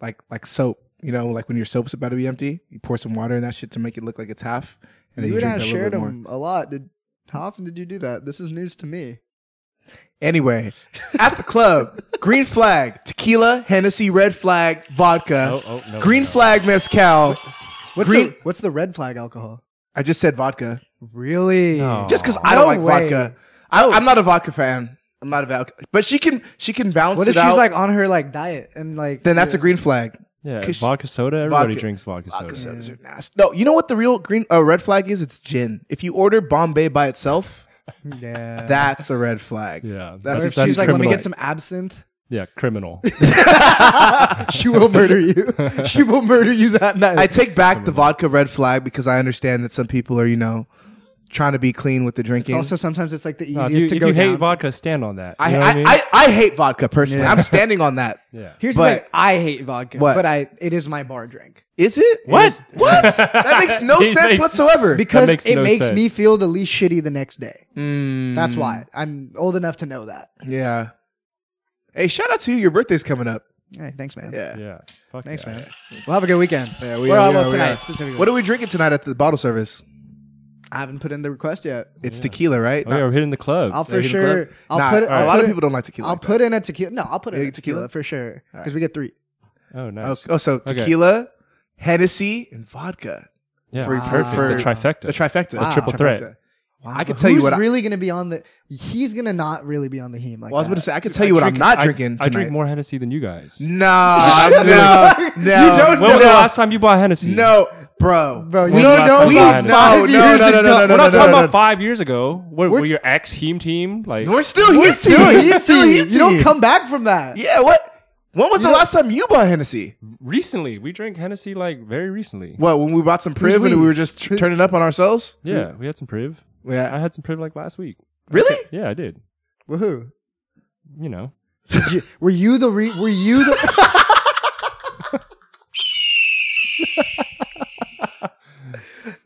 like like soap. You know, like when your soap's about to be empty, you pour some water in that shit to make it look like it's half, and then
you
you
and I
drink a little
shared
bit more.
them a lot. Did how often did you do that? This is news to me.
Anyway, at the club, green flag, tequila, Hennessy, red flag, vodka,
Oh, oh, no,
green
no.
flag, mezcal.
What's
Green-
the, what's the red flag alcohol?
I just said vodka,
Really?
No.
just because
Aw.
I don't
No
like
way.
vodka. I, I'm not a vodka fan. I'm not a vodka, but she can she can bounce
What
it
if she's
out.
like on her like diet and like?
then that's a
Yeah.
green flag.
Yeah,
'Cause-
vodka soda. Everybody
vodka-
drinks vodka,
Vodka
soda.
sodas are nasty. No, you know what the real green uh, red flag is? It's gin. If you order Bombay by itself,
Yeah.
that's a red flag.
Yeah,
that's,
Or if
that's
she's like, let me
criminal.
get some absinthe.
Yeah, criminal.
she will murder you. She will murder you that night.
I take back the vodka red flag because I understand that some people are you know trying to be clean with the drinking.
also, sometimes it's like the
No,
easiest
if you,
to
if
go
you hate
down.
vodka, stand on that. You
I,
know
I,
what
I,
mean?
I, hate vodka personally. I'm standing on that. Is
yeah.
Here's
but-
the thing: I hate vodka,
What?
but I it is my bar drink
it?
What?
What? that makes no
He
sense
makes-
whatsoever.
because
makes
it
no
makes Hmm.
sense.
me feel the least shitty the next day.
Mm,
That's why I'm old enough to know that.
yeah. Hey, shout out to you. Your birthday's coming up.
Hey, thanks, man.
Yeah.
Yeah. Fuck
Thanks,
yeah.
man. Well, have a good weekend.
Yeah, we
We're
are,
all
we are,
about
we
tonight
are.
specifically.
What are we drinking tonight at the bottle service?
I haven't put in the request yet.
It's tequila, right?
Oh, yeah,
Not-
we're hitting the club.
I'll for
Hit the club?
sure. I'll
Nah,
put it.
a
I'll
lot
put
of
it-
people don't like tequila.
I'll
like
put in a tequila. No, I'll put in
Yeah,
a tequila,
tequila.
for sure because we get three.
oh,
that.
nice.
Oh, so
Okay.
tequila, Hennessy, and vodka.
yeah,
for-
perfect.
for-
the trifecta.
The trifecta. Ah,
Wow. triple
threat.
Trifecta.
Wow.
I can
But
tell you
who's
what I-
really gonna be on the. He's gonna not really be on the heme like
Well, I was
that.
going to say, I can tell you what I'm
drink-
not
I-
drinking
I drink
tonight.
more Hennessy than you guys.
No, no, no.
When was the
no.
last time you bought Hennessy?
No, bro.
Bro, you
We-
don't
last
know.
time
We, no,
you
no,
bought
no,
Five years
no, no, no,
ago.
no, no,
We're not
no,
talking
no,
about five years ago. Were, were your ex team team like?
no. We're still here.
Dude,
We're still here.
you don't come back from that.
Yeah, what? When was the last time you bought Hennessy?
recently. We drank Hennessy like very recently.
What, when we bought some Priv
we?
and we were just tr- turning up on ourselves?
Yeah, we had some Priv. I
Yeah.
had some Priv like last week.
Really?
Yeah, I did.
Woohoo!
You know.
Did you- were you the? Re, were you the?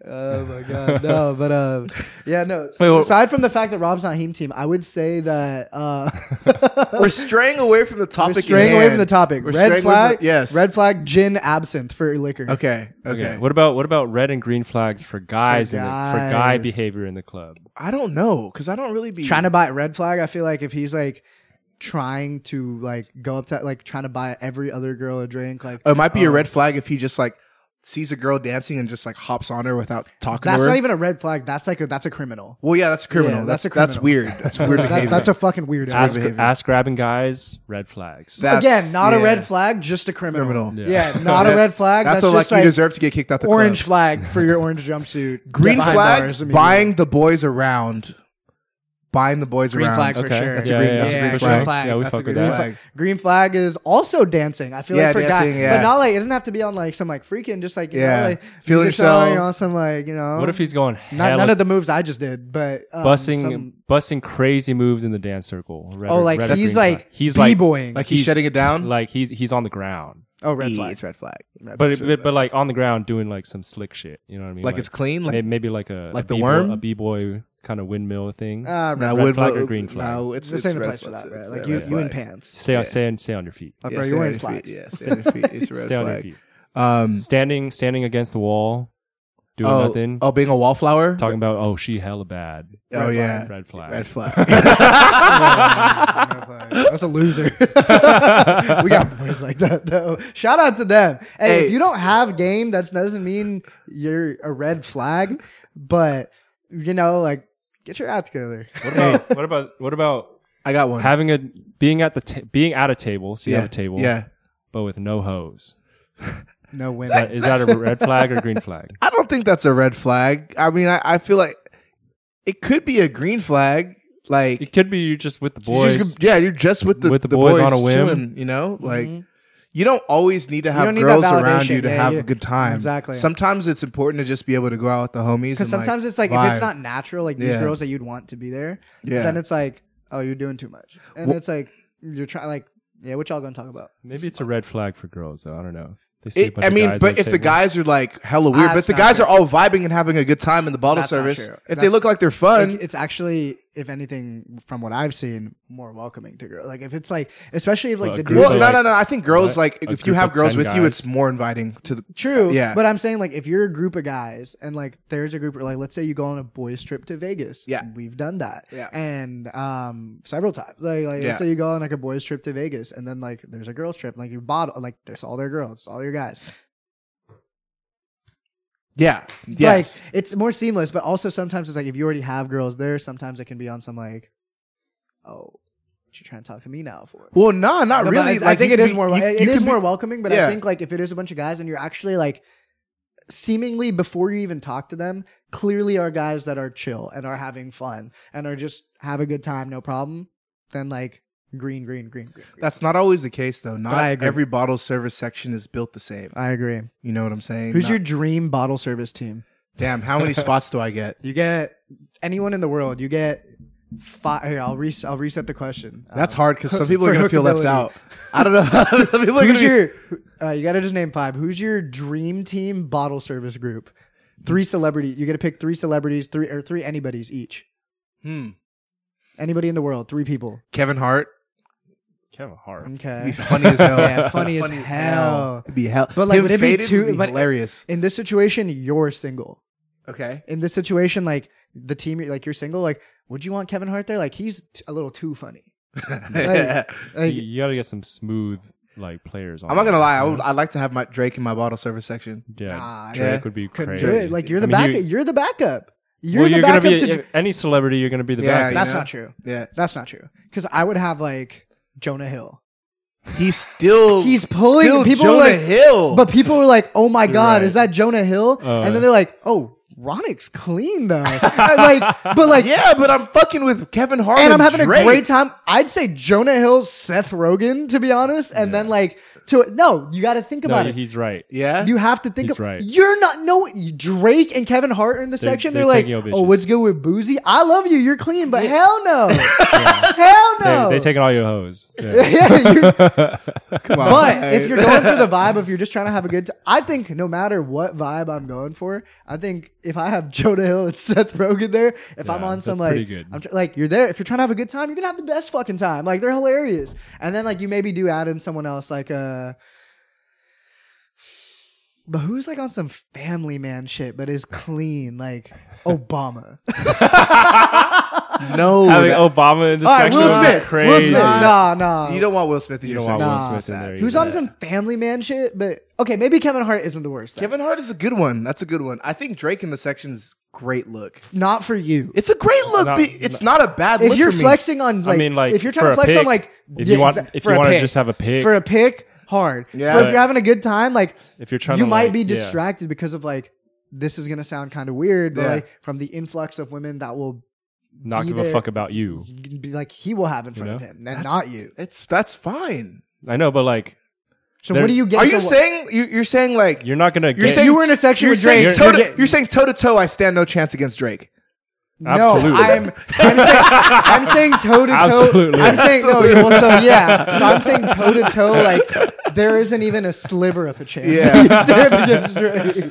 oh my god, no! But uh, yeah, no.
Wait, what-
aside from the fact that Rob's not heme team, I would say that uh,
We're straying away from the topic.
we're
at
straying away
hand.
from the topic.
We're straying away
red
from
flag,
the- yes.
Red flag, gin absinthe for liquor.
Okay. Okay.
What about what about red and green flags for guys,
For
in the, for guy
guys.
behavior in the club?
I don't know because I don't really be
Trying to buy red flag, I feel like if he's like trying to like go up to like trying to buy every other girl a drink, like
Oh, It might be a
Oh.
um,
red flag if he just like sees a girl dancing and just like hops on her without talking
That's
to her.
not even a red flag. That's like a that's a criminal.
well, yeah, that's criminal.
Yeah,
that's
that's a
that's
criminal.
weird. That's weird
That-
behavior.
that's a fucking weird.
Ass,
behavior.
ass grabbing guys, red flags.
That's-
Again, not a
yeah.
red flag, just a criminal.
Criminal.
Yeah,
Yeah.
not a
That's-
red flag. That's,
That's, a,
just
like
like
you deserve to get kicked out the
orange
club.
flag for your orange jumpsuit. Get
Green
behind
flag,
bars immediately.
buying the boys around, buying the boys
Green
around.
flag for
Okay.
sure.
That's a green- that's a green
yeah,
flag.
Yeah, we
That's
fuck
a
with
green
that.
flag.
Green flag is also dancing. I feel
Yeah,
like for
dancing,
guys,
yeah.
but not like it doesn't have to be on like some like freaking, just like you
Yeah.
know, like
Feel
music
yourself.
song or on some like you know.
what if he's going
um, not,
hella
none of the moves I just did, but um,
busting
some-
busting crazy moves in the dance circle? Red
oh,
or-
like
red or
he's
green flag.
like
he's like
b-boying.
Like he's,
He's-
shutting it down.
like he's he's on the ground,
oh, red
E,
flag.
It's red flag. Red
but
flag
it,
for
but,
that.
but like on the ground doing like some slick shit. You know what I mean?
like it's clean.
may-
Like
maybe like a
like
a
the
b-boy-
worm?
a b boy kind of windmill thing.
Uh,
Nah,
red
would-
flag or green flag?
No, it's it's
this ain't the
red
place for
flag.
that,
It's- it's
right? Like
red
you,
flag.
you in pants.
stay on
yeah.
stay on stay on your feet.
Like,
Yeah,
bro,
stay
you're
on your
wearing
feet.
slacks.
Yeah, stay on your feet. It's a red
Stay on your
flag.
feet.
Um,
Standing standing against the wall, doing
oh,
nothing.
oh, being a wallflower.
Talking about oh she hella bad.
Oh,
Red
yeah.
flag, red flag.
Red flag.
That's a loser. we got boys like that though. Shout out to them. Hey,
Hey.
if you don't have game, that doesn't mean you're a red flag. But you know, like get your act together.
what about what about what about
I got one.
having a being at the ta- being at a table? So you
yeah.
have a table,
Yeah.
but with no hose.
No
Is
women.
that is that a red flag or green flag?
I don't think that's a red flag. I mean, I, I feel like it could be a green flag. Like
It could be you're just with the
you
boys.
just go- yeah, you're just with the,
With the
boys,
boys on a whim.
chilling, you know, like you don't always need to
don't
have
need
girls
that
around you
validation.
to
Yeah,
have
you-
a good time.
Exactly.
Sometimes it's important to just be able to go out with the homies.
Because
and,
sometimes it's like if
vibe.
it's not natural, like these
Yeah.
girls that you'd want to be there,
Yeah.
then it's like, oh, you're doing too much, and
Well-
it's like you're trying, like, yeah, what y'all gonna talk about?
Maybe it's a red flag for girls though. I don't know. They see a
It,
bunch
I
of
mean,
guys at
but
a
if the
table.
guys are like hella weird, but
That's
if the
not
guys
true.
are all vibing and having a good time in the bottle
That's not
service,
true.
if they
That's-
look like they're fun,
Like, it's actually, if anything, from what I've seen, more welcoming to girls. Like if it's like, especially if like
Well, a
the
group
well,
dudes.
of
no,
are,
like-
no, no. I think girls
a-
like
a
if you
group
have
of
girls
10
with you,
guys.
it's more inviting to the
True.
Yeah.
But I'm saying like if you're a group of guys and like there's a group like let's say you go on a boys trip to Vegas.
Yeah.
We've done that.
Yeah.
And um several times. Like, like
Yeah.
let's say you go on like a boys trip to Vegas and then like there's a girls trip, like you bottle like there's all their girls, it's all your guys.
yeah, yes,
Like it's more seamless, but also sometimes it's like if you already have girls there, sometimes it can be on some like oh, what you trying to talk to me now for?
Well, no, not
No, but
really.
I, I
Like,
think
you
it
could
is
be-
more.
you-
it
you
is
could be-
more welcoming, but
yeah.
I think like if it is a bunch of guys and you're actually like seemingly before you even talk to them, clearly are guys that are chill and are having fun and are just have a good time, no problem. Then like green, green, green, green. green.
That's not always the case, though. Not
I agree.
every bottle service section is built the same.
I agree.
You know what I'm saying?
Who's
Not-
your dream bottle service team?
damn? How many spots do I get?
You get anyone in the world. You get five. Here, I'll re- I'll reset the question.
That's
Um,
hard because some people are
for
gonna feel left
hookability.
out. I don't know. some people are gonna
Who's
be-
your? Uh, you gotta just name five. Who's your dream team bottle service group? Three celebrity. You gotta pick three celebrities, three or three anybody's each.
Hmm.
Anybody in the world, three people.
Kevin Hart.
Kevin Hart.
Be
Okay.
funny as hell.
Yeah, funny as hell.
It'd be hell.
But, like,
Him
would it be
faded
too-
would be
but-
hilarious.
In this situation, you're single.
Okay.
in this situation, like the team, like you're single, like would you want Kevin Hart there? Like he's t- a little too funny. Like-
you,
Like,
you gotta get some smooth like players. On
I'm not gonna
that,
lie. I
you
would.
know?
I'd like to have my Drake in my bottle service section.
yeah,
ah,
Drake
yeah.
would be
couldn't
crazy.
do it. Like you're the
I mean,
backup.
you-
you're the backup. You're
well,
the
you're
backup
gonna be
to.
if any celebrity. You're gonna be the
Yeah,
backup.
you
that's
know?
not true.
Yeah.
That's not true. Because I would have like Jonah Hill.
He's still.
He's pulling-
still
people
Jonah
are like-
Hill.
But people were like, "Oh my god,
right.
is that Jonah Hill?"
Oh,
and
yeah.
then they're like, "Oh, Ronick's clean though." And, like, but like,
yeah, but I'm fucking with Kevin Hart
and I'm having
Drake.
a great time. I'd say Jonah Hill, Seth Rogen, to be honest. And then like, to no, you got to think
No,
about it.
he's right.
Yeah.
You have to think.
He's
of,
right.
You're not no Drake and Kevin Hart are in the
They're-
section.
they're
They're, like,
taking your
"Oh,
bitches."
what's good with Boozy? I love you. You're clean, but hell no, hell no."
They, they taking all your hoes. Yeah.
yeah, you're,
Come on,
but
hey.
if you're going for the vibe, if you're just trying to have a good time, I think no matter what vibe I'm going for, I think if I have Jonah Hill and Seth Rogen there, if I'm
Yeah,
on some
they're
like,
pretty good.
I'm tr- like you're there. If you're trying to have a good time, you're gonna have the best fucking time. Like they're hilarious. And then like you maybe do add in someone else, like uh. But who's like on some family man shit, but is clean like Obama?
no,
Having
that-
Obama in the
All right,
section
Will
would be
Smith.
crazy.
Will Smith. Nah, nah.
you don't want Will Smith in
You
your
don't want
section.
Nah.
Will Smith in there.
Who's
either.
on some family man shit? But okay, maybe Kevin Hart isn't the worst. though.
Kevin Hart is a good one. That's a good one. I think Drake in the section is great look.
not for you.
It's a great look.
Not-
but it's not a bad look.
if you're
for me.
flexing on like,
mean, like,
if you're trying
for
to
a
flex on
pick,
like
if you want-
exact-
if
for
you
a
wanna
pick.
just have a pick.
for a pick hard
Yeah.
but if
But-
you're having a good time like
If you're trying,
you
to,
might
like-
be
yeah.
distracted because of like this is gonna sound kind of weird but
Yeah.
like from the influx of women that will
Not
be
give a
there.
fuck about you.
be like he will have in front of
know?
him and
That's-
not you
it's that's fine.
I know, but like
so
There-
what do you get
Are you
so-
saying you, you're saying like
you're not gonna.
You're
get,
saying
you were in a section
you're
with
saying
Drake,
toe to-
you're getting-
you're saying toe to toe, I stand no chance against Drake.
absolutely.
No, I'm, I'm saying I'm saying toe to toe.
Absolutely.
I'm saying no. Well, so yeah, so I'm saying toe to toe. Like there isn't even a sliver of a chance.
Yeah.
you stand against Drake.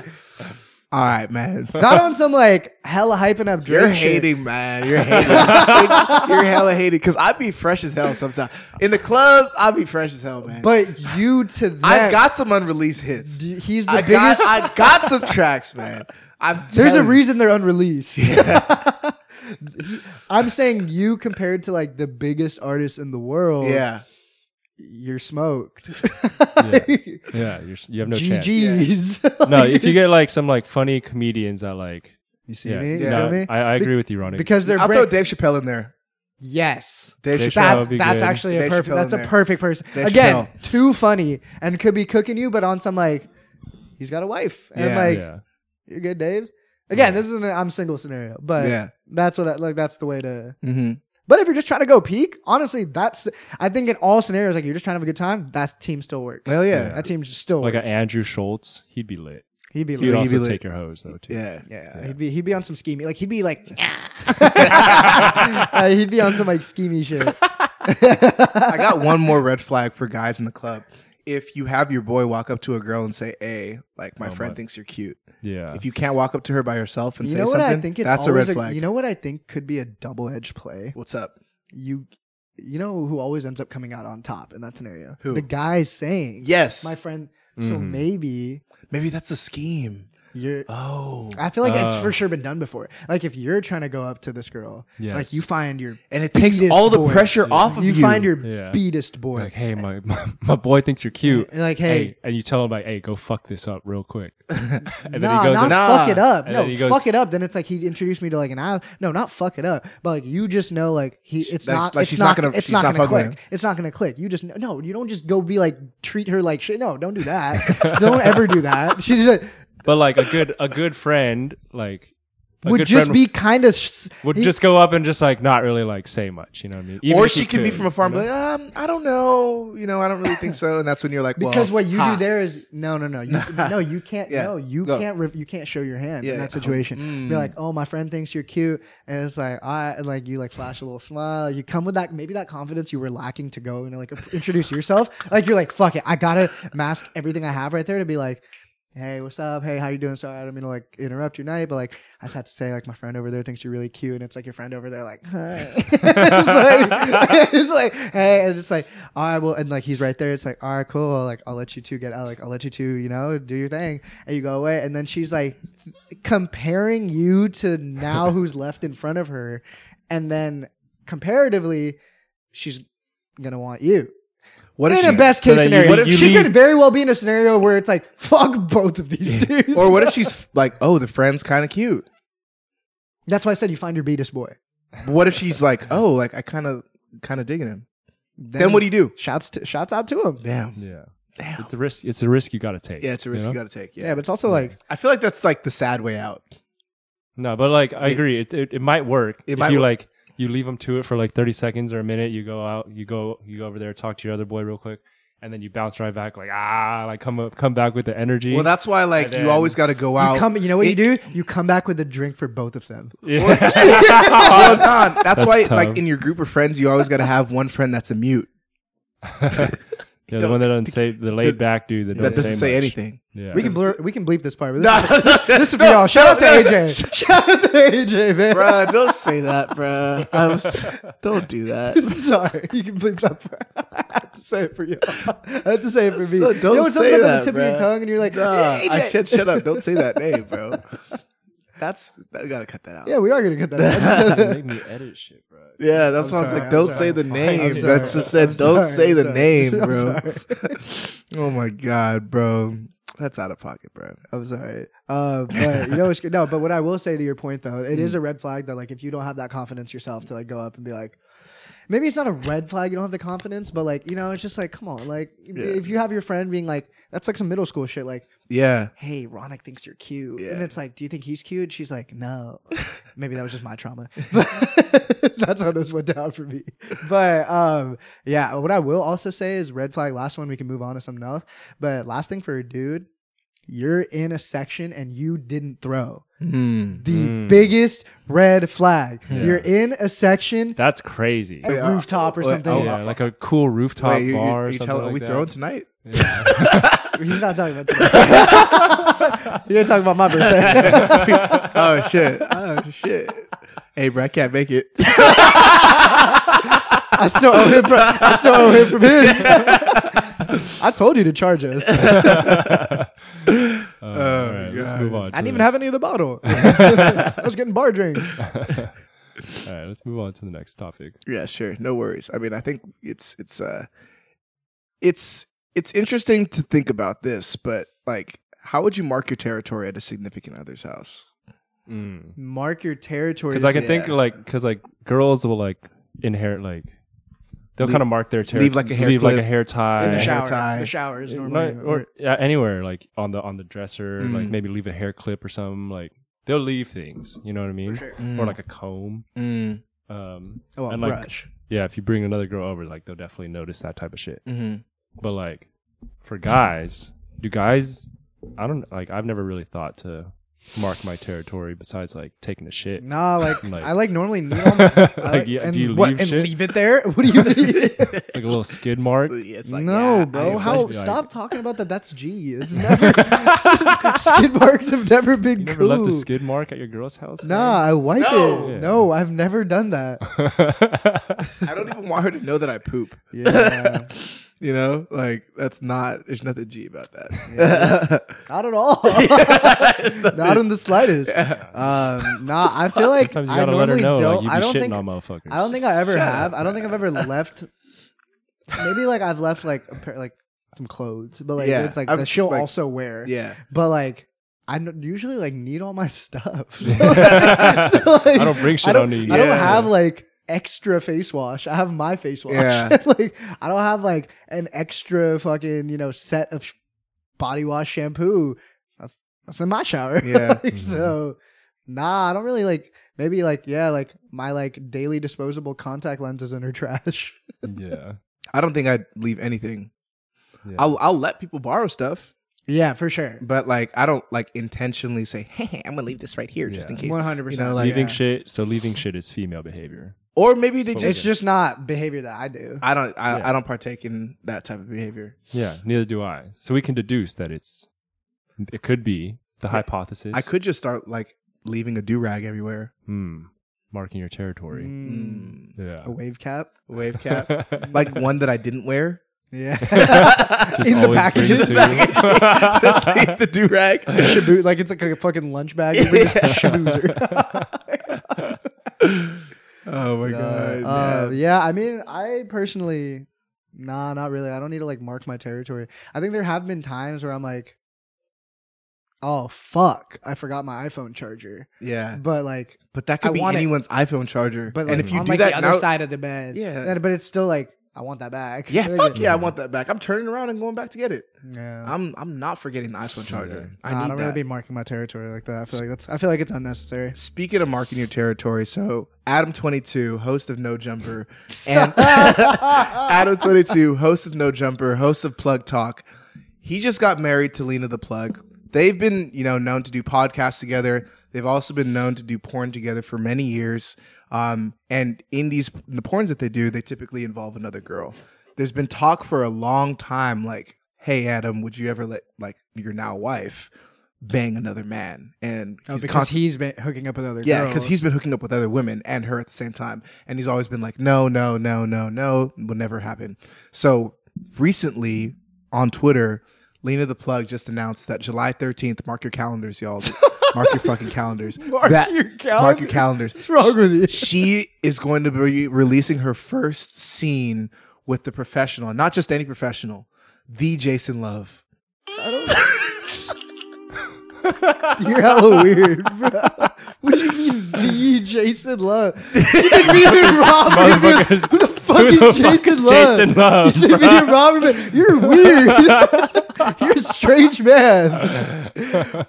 All right, man.
Not on some like hella hyping up Drake.
You're
shit.
hating, man. You're hating. you're hella hating because I be fresh as hell sometimes in the club. I be fresh as hell, man.
but you to them.
I got some unreleased hits.
d- He's the
I
biggest.
got I got some tracks, man. I'm
there's a
telling you.
reason they're unreleased. I'm saying you compared to like the biggest artist in the world.
Yeah,
you're smoked.
yeah, you're, s- you have no chance.
GG's.
No, if you get like some like funny comedians that like,
You see
yeah,
me? You
Yeah.
no,
feel me?
I, I agree with you, Ronnie.
Because they're
I'll
bra-
throw Dave Chappelle in there.
yes.
Dave
Dave
Chappelle.
Chappelle.
That's
would be
that's
good.
actually a
Dave
perfect.
Chappelle
That's
in
a
there.
perfect person.
Dave
Again,
Chappell.
too funny and could be cooking you, but on some like, he's got a wife and
Yeah.
like
yeah,
you're good, Dave. Again, this is an I'm single scenario, but
Yeah.
that's what I, like that's the way to.
Mm-hmm.
But if you're just trying to go peak, honestly, that's I think in all scenarios, like you're just trying to have a good time, that team still works.
Hell yeah.
That team just still
like
works.
an Andrew Schultz, he'd be lit.
he'd be
He'd
like,
all-
also
lit.
take your hose though too.
yeah,
yeah, he'd be he'd be on some scheming, like he'd be like, Uh, he'd be on some like scheming shit.
I got one more red flag for guys in the club. If you have your boy walk up to a girl and say, "Hey, like my
Oh,
friend
my-
thinks you're cute,"
Yeah,
if you can't walk up to her by yourself and
You
say
know what
something,
I think it's
that's a
always
red flag.
you know what I think could be a double edged play.
What's up?
You you know who always ends up coming out on top in that scenario?
Who?
The guy saying
Yes,
my friend so
Mhm.
maybe
maybe that's a scheme.
you're
Oh,
I feel like it's
Oh.
for sure been done before. Like if you're trying to go up to this girl, like
Yes.
you find your
and it takes
beatest
all the
boy.
pressure off of you.
You find your
Yeah.
beatest boy.
like, hey, my, my my boy thinks you're cute.
And like, hey,
and you tell him like, hey, go fuck this up real quick. and
nah, not
and-
fuck it up.
And
No,
then he goes-
fuck it up. Then it's like he introduced me to like an aisle. No, not fuck it up. But like you just know, like he, it's
like-
not,
like
it's
she's
not,
not gonna-
it's
she's
not,
not
gonna
fucking with
click. It's not gonna click. You just no, you don't just go be like treat her like shit. No, don't do that. don't ever do that. She just
But like a good a good friend like a
would
good
just
friend
be kind of sh-
would
he-
just go up and just like not really like say much. You know what I mean? Even
or
if
she
he
can be
could,
from afar and
you
be like, um, I don't know, you know, I don't really think so. And that's when you're like, well,
because what you
ha.
do there is no, no, no, you, no. You can't.
Yeah.
No, you
Go.
can't. Re- you can't show your hand
Yeah. Mm.
in that situation. Be like, oh, my friend thinks you're cute, and it's like, I and like you like flash a little smile. You come with that maybe that confidence you were lacking to go and like introduce yourself. Like you're like, fuck it, I gotta mask everything I have right there to be like. hey, what's up? Hey, how you doing? Sorry, I don't mean to like interrupt your night, but like I just have to say, like my friend over there thinks you're really cute, and it's like your friend over there, like, hi. it's, like it's like, hey, and it's like, all right, well, and like he's right there. It's like, all right, cool. Like I'll let you two get out. Like I'll let you two, you know, do your thing, and you go away. And then she's like comparing you to now who's left in front of her, and then comparatively, she's gonna want you
What if
in
she,
a best case
then you-
scenario,
what if you
she
leave-
could very well be in a scenario where it's like fuck both of these dudes.
or what if she's like, oh, the friend's kind of cute.
That's why I said you find your beatus boy.
But What if she's like, oh, like I kind of kind of digging him. Then, what do you do?
Shouts to, shouts out to him.
Damn,
Yeah.
damn.
It's a risk. It's a risk you got to take.
Yeah, it's a risk you,
know?
got to take. Yeah.
Yeah, but it's also like
I feel like that's like the sad way out.
No, but like I
It-
agree. It it, it might work.
It
if
might
you
work.
like you leave them to it for like thirty seconds or a minute. You go out. You go. You go over there. Talk to your other boy real quick, and then you bounce right back. Like ah, like come up, come back with the energy.
Well, that's why like
And
you
then-
always got to go out.
you come. You know what
It-
you do? You come back with a drink for both of them.
Yeah.
Well, nah, that's,
That's
why
tough.
like in your group of friends, you always got to have one friend that's a mute
yeah, the one that doesn't say the laid back dude that,
that
doesn't
doesn't say
much.
anything.
Yeah.
We can blur, we can bleep this part. But this,
Nah,
this is for y'all. Shout out to AJ. Shout out to AJ, man.
Bruh, don't say that, bruh. I was, don't do that.
Sorry, you can bleep that part. I have to say it for you. I have to say it for me.
So don't
you know,
say
when something's on
that,
the tip
bruh.
of your tongue, and you're like,
Nah,
"Yeah,
I
AJ."
said shut up. Don't say that name, bro. That's that, we gotta cut that out.
Yeah, we are gonna get that. out.
make me edit shit, bro.
Yeah, that's
I'm
why I was
sorry,
like,
I'm
don't
sorry,
say the
I'm fine,
name.
I'm
That's
sorry,
just said,
I'm
don't
sorry,
say
I'm
the
sorry,
name,
I'm
bro.
sorry.
Oh my god, bro, that's out of pocket, bro.
I'm sorry. Uh, but you know what's good? No, but what I will say to your point though, it is a red flag that like if you don't have that confidence yourself to like go up and be like, maybe it's not a red flag you don't have the confidence, but like you know it's just like come on, like if you have your friend being like that's like some middle school shit, like
Yeah,
hey, Ronick thinks you're cute,
Yeah.
and it's like, do you think he's cute? She's like, no. maybe that was just my trauma. But that's how this went down for me. But um, yeah, what I will also say is red flag. Last one, we can move on to something else. But last thing for a dude, you're in a section and you didn't throw.
Hmm.
The
Mm.
biggest red flag. You're in a section,
That's crazy.
a
Yeah.
rooftop or
Wait,
something.
oh,
yeah, like a cool rooftop
Wait, you, you,
bar or
you
something
tell,
like
are we
that.
throwing tonight?
He's not talking about that. You're talking about my birthday.
oh shit! Oh shit! Hey, bro, I can't make it.
I still owe him. From, I still owe him from his. I told you to charge us. I
Uh,
Oh,
all
God.
right, let's move on. to
didn't even
the
have any of the bottle. I was getting bar drinks.
next- All right, let's move on to the next topic.
Yeah, sure. No worries. I mean, I think it's it's uh it's it's interesting to think about this, but like how would you mark your territory at a significant other's house?
Mm.
Mark your territory.
Because I can
Yeah.
think like because like girls will like inherit like they'll
Leave-
kind of mark their territory,
leave, like, a hair
leave like a
clip
hair tie
in the
hair
shower. tie.
The shower is
It
normally.
might- or yeah, anywhere like on the on the dresser like
Mm.
maybe leave a hair clip or something like they'll leave things you know what i mean or like a comb
Mm.
um
oh, a
and, like,
brush.
yeah if you bring another girl over like they'll definitely notice that type of shit
Mhm.
but like for guys do guys i don't like i've never really thought to mark my territory besides like taking a shit
Nah, like,
like-
I like normally kneel on my,
like
I like-
yeah,
and
do you
what,
leave
and
shit
leave it there? What do you mean?
like a little skid mark
Yeah, it's like,
no,
yeah,
bro.
I-
How?
like-
Stop talking about that. That's G. It's never skid marks have never been
you never
cool.
left a skid mark at your girl's house
Nah, I wipe
No.
it.
Yeah.
No, I've never done that.
man?
I don't even want her to know that I poop.
Yeah,
You know, like that's not. There's nothing G about that.
Yeah. not at all.
It's nothing-
not in the slightest. Um, nah, I feel like
Sometimes you
I
gotta let her
normally
know like,
don't.
you be
I don't
shitting
think.
on motherfuckers.
I don't think I ever
Shut
have.
up,
I don't think I've ever left. Maybe like I've left like a pair, like some clothes, but like
Yeah,
it's like
I'm
that
sh-
she'll
like-
also wear.
yeah,
But like I n- usually like need all my stuff. So,
I don't bring shit
I don't,
on you.
I don't
Yeah.
have like extra face wash. I have my face wash.
Yeah.
like I don't have like an extra fucking you know set of sh- body wash shampoo. That's that's in my shower.
Yeah.
Like, So nah, I don't really like. Maybe like yeah, like my like daily disposable contact lenses in her trash.
yeah.
I don't think I'd leave anything.
Yeah.
I'll I'll let people borrow stuff,
yeah, for sure.
but like I don't like intentionally say, "Hey, I'm gonna leave this right here just in
Yeah.
case."
One hundred
You know,
percent.
like-
leaving shit. So leaving shit is female behavior.
Or maybe they
So-
just
It's just not behavior that I do.
I don't I,
Yeah.
I don't partake in that type of behavior.
Yeah. Neither do I. So we can deduce that it's It could be the hypothesis.
I could just start like leaving a do rag everywhere.
Hmm. Marking your territory.
Mm,
Yeah.
a wave cap.
Wave cap, like one that I didn't wear.
Yeah.
Just
in the
always
package. In
bring
the
two.
package.
Just leave the do rag.
Shabu- like it's like a fucking lunch bag. It's just shaboozer.
Oh my god!
Uh,
man.
yeah, I mean, I personally, nah, not really. I don't need to like mark my territory. I think there have been times where I'm like, oh fuck, I forgot my iPhone charger.
yeah,
But like,
but that
I
could be
want it.
anyone's iPhone charger.
but like,
and if you
on
do
like
that
the other
now,
side of the bed,
Yeah.
Then- But it's still like, I want that back.
yeah,
Like,
fuck yeah, I want that back. I'm turning around and going back to get it.
Yeah.
I'm I'm not forgetting the iPhone charger.
Yeah.
I
Nah,
need
I don't
that.
really be marking my territory like that. I feel like that's. I feel like it's unnecessary.
Speaking of marking your territory, so Adam Twenty Two, host of No Jumper, and Adam Twenty Two, host of No Jumper, host of Plug Talk, he just got married to Lena the Plug. They've been, you know, known to do podcasts together. They've also been known to do porn together for many years. Um, and in these in the porns that they do, they typically involve another girl. There's been talk for a long time, like, "Hey, Adam, would you ever let like your now wife bang another man?" And
Oh, because
constantly-
he's been hooking up with other
yeah,
girls.
because he's been hooking up with other women and her at the same time, and he's always been like, no, no, no, no, no, would never happen. So recently on Twitter, Lena the Plug just announced that July thirteenth, mark your calendars, y'all, mark your fucking calendars.
Mark
That-
your
Mark your
calendar.
calendars.
What's wrong with you?
She is going to be releasing her first scene with the professional, and not just any professional, the Jason Love.
You're hella weird, bro. What do you mean the Jason Love? You think me and Rob are gonna be like,
Motherfuckers.
who the fuck
Who the
is
fuck
Jason
is
Love?
Jason Love,
You think me
bro?
and Rob are gonna be- you're weird. you're a strange man.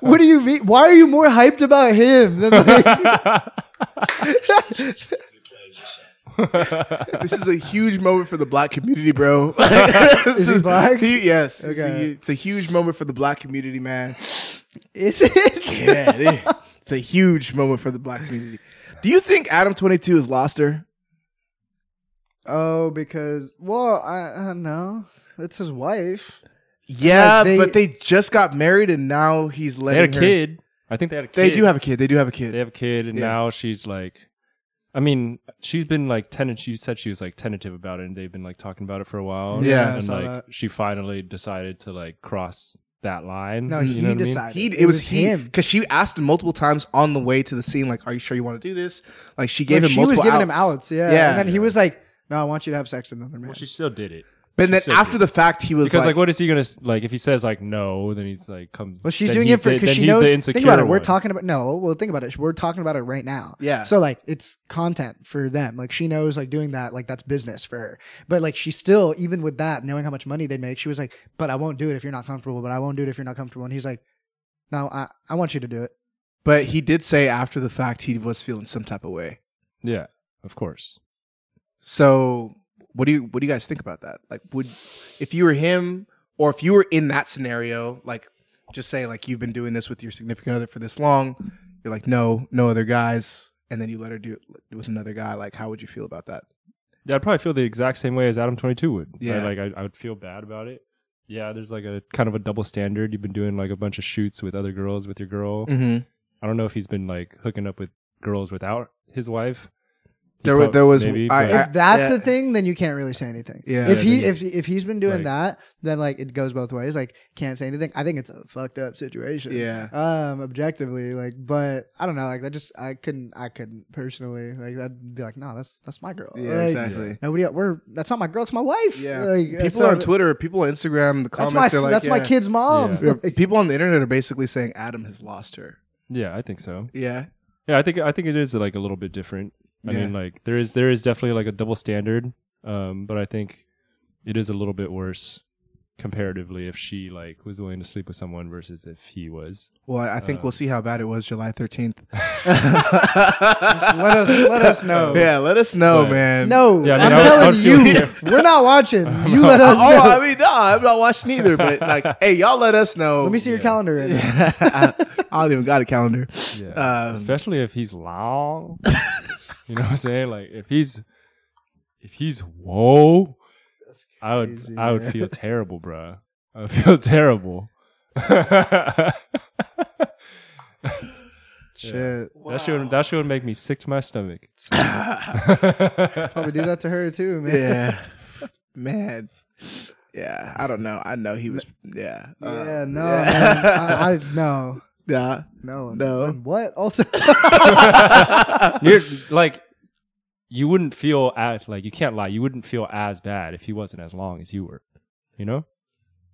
What do you mean? Why are you more hyped about him than like,
This is a huge moment for the black community, bro. This
Is he black?
hu- yes. It's a-
Okay.
It's, a, huge moment for the black community, man.
is it?
Yeah, they- it's a huge moment for the black community. Do you think Adam Twenty Two has lost her?
Oh, because well, I, I don't know. It's his wife.
Yeah,
Like, they-
but they just got married and now he's
they
letting
had a
her-
kid. I think they had a kid.
They do have a kid. They do have a kid.
They have a kid, and
Yeah.
now she's like, I mean, she's been like tentative. She said she was like tentative about it, and they've been like talking about it for a while.
Yeah, I
and
saw
like
that.
she finally decided to like cross that line.
No,
you
he
know what I mean?
decided.
he,
it,
it, was,
was
he,
him.
because she asked him multiple times on the way to the scene, like, "Are you sure you want to do this?" Like she gave
Like,
him
she was
multiple.
giving him
outs.
outs, yeah.
Yeah.
And then he was like, "No, I want you to have sex with another man."
Well, she still did it
But then
So
after
good.
the fact, he was
because like,
like,
what is he gonna s- like if he says like no, then he's like comes.
Well, she's
then
doing
he's
it for
the-
because
then
she
he's
knows.
The
Think about it.
insecure
We're
one.
talking about no. Well, think about it. We're talking about it right now.
Yeah.
So like, it's content for them. Like she knows, like doing that, like that's business for her. But like, she still, even with that, knowing how much money they'd make, she was like, "But I won't do it if you're not comfortable. But I won't do it if you're not comfortable." And he's like, "No, I, I want you to do it."
But he did say after the fact he was feeling some type of way.
Yeah, of course.
So what do you what do you guys think about that? Like would if you were him or if you were in that scenario, like just say like you've been doing this with your significant other for this long, you're like no, no other guys and then you let her do it with another guy, like how would you feel about that?
Yeah, I'd probably feel the exact same way as Adam Twenty Two would.
Yeah.
Right? like I, I would feel bad about it. Yeah, there's like a kind of a double standard. You've been doing like a bunch of shoots with other girls with your girl.
Mm-hmm.
Mhm.
I don't know if he's been like hooking up with girls without his wife. He
There was
prob-
there was
maybe,
I,
but-
I-
if that's
yeah.
a thing, then you can't really say anything.
Yeah.
If
Yeah,
he
then
if if he's been doing
like-
that, then like it goes both ways. Like can't say anything. I think it's a fucked up situation.
Yeah.
Um, objectively, like, but I don't know. Like that just I couldn't I couldn't personally like I'd be like, no, that's that's my girl.
Yeah,
Like,
exactly.
Nobody, we're that's not my girl. It's my wife.
Yeah.
Like,
people
so-
on Twitter, people on Instagram, the
That's
comments
my
they're like
that's my
yeah.
kid's mom.
Yeah, people on the internet are basically saying Adam has lost her.
yeah, I think so.
Yeah.
Yeah, I think I think it is like a little bit different. I
Yeah.
mean, like there is there is definitely like a double standard, um, but I think it is a little bit worse comparatively if she like was willing to sleep with someone versus if he was.
Well, I I think
Uh,
we'll see how bad it was July 13th.
let us let us know.
Yeah, let us know,
But-
man.
No,
Yeah, I mean,
I'm
I would- I
telling
would feel-
you, we're not watching. You let us know.
Oh, I mean, oh, no, I'm not watching either. But like, hey, y'all, let us know.
Let me see your calendar. Right now.
I, I don't even got a calendar.
Yeah,
Um,
especially if he's long. you know what I'm saying? Like if he's if he's whoa, I would
crazy,
I would
man.
feel terrible, bruh. I would feel terrible.
Shit.
That shit would, that shit would make me sick to my stomach.
Probably do that to her too, man.
Yeah. man. Yeah, I don't know. I know he was. Yeah. Uh,
Yeah, no,
yeah.
man. I, I, no,
yeah.
no,
No.
And what? Also,
You're like you wouldn't feel as like you can't lie, you wouldn't feel as bad if he wasn't as long as you were. You know?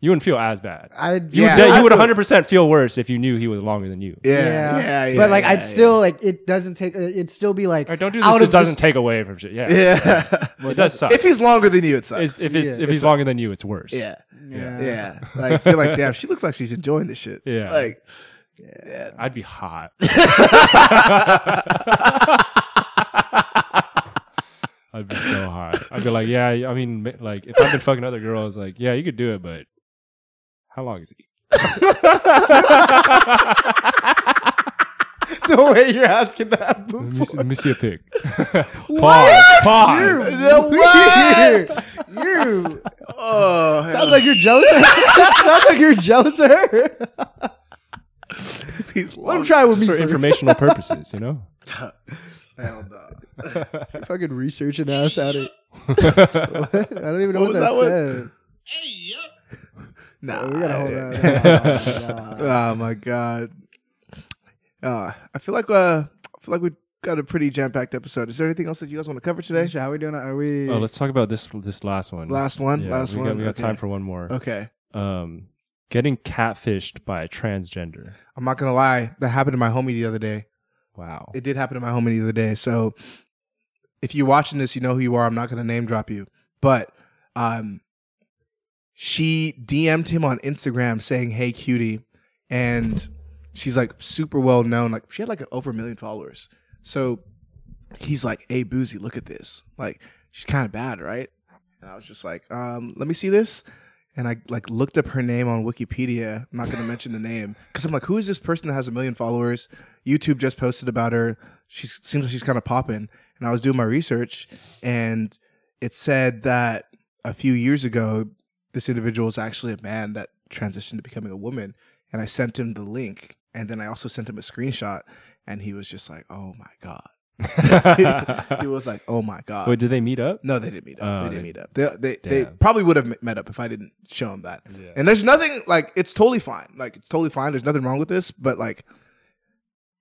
You wouldn't feel as bad.
I
You Yeah,
Yeah,
I
you would
feel-
100% feel worse if you knew he was longer than you.
Yeah. Yeah.
Yeah.
yeah
but like,
yeah,
I'd still like it doesn't take. uh, It'd still be like
All right, don't do
out
this. It
of
doesn't
just-
take away from shit. Yeah.
Yeah.
it does suck.
if he's longer than you, it sucks.
It's- if it's,
Yeah.
if he's
It's a-
longer than you, it's worse.
yeah.
Yeah.
Yeah. Like you're like, damn, she looks like she's enjoying this shit.
Yeah.
Like yeah.
I'd be hot. I'd be so hot. I'd be like, yeah, I mean, ma- like, if I've been fucking other girls, like, yeah, you could do it, but how long is he?
the way you're asking that.
Let me, see, let me see a pic. pause. Pause.
what? you
Oh
sounds like you're jealous. of- sounds like you're jealous of her.
he's
Let him
long.
try with me
For
first.
informational purposes, you know?
Hell no.
Fucking researching ass at it. I don't even know
What was
what, that,
that one?
said.
Nah.
Oh, we gotta hold
yeah.
that. Oh, God.
Oh my god. Uh, I feel like uh, I feel like we got a pretty jam packed episode. Is there anything else that you guys want to cover today?
Nisha, How we doing? Are we?
Oh, let's talk about this this last one.
Last one.
Yeah,
last
we
one.
Got, we got
okay. Uh,
time for one more.
Okay.
Um, getting catfished by a transgender.
I'm not gonna lie. That happened to my homie the other day.
Wow.
It did happen to my homie the other day. So if you're watching this, you know who you are. I'm not gonna name drop you, but um, she DM'd him on Instagram saying, "Hey, cutie," and she's like super well known. Like she had like over a million followers. So he's like, "Hey, boozy, look at this. Like she's kind of bad, right?" And I was just like, um, "Let me see this." And I like looked up her name on Wikipedia. I'm not going to mention the name because I'm like, who is this person that has a million followers? YouTube just posted about her. She s- seems like she's kind of popping. And I was doing my research, and it said that a few years ago, this individual is actually a man that transitioned to becoming a woman. And I sent him the link, and then I also sent him a screenshot, and he was just like, "Oh my god!" he was like, "Oh my god!"
Wait, did they meet up?
No, they didn't meet up.
Oh,
they
they-
didn't meet up. They they, they
Damn.
probably would have m- met up if I didn't show them that.
Yeah.
And there's nothing like it's totally fine. Like it's totally fine. There's nothing wrong with this. But like,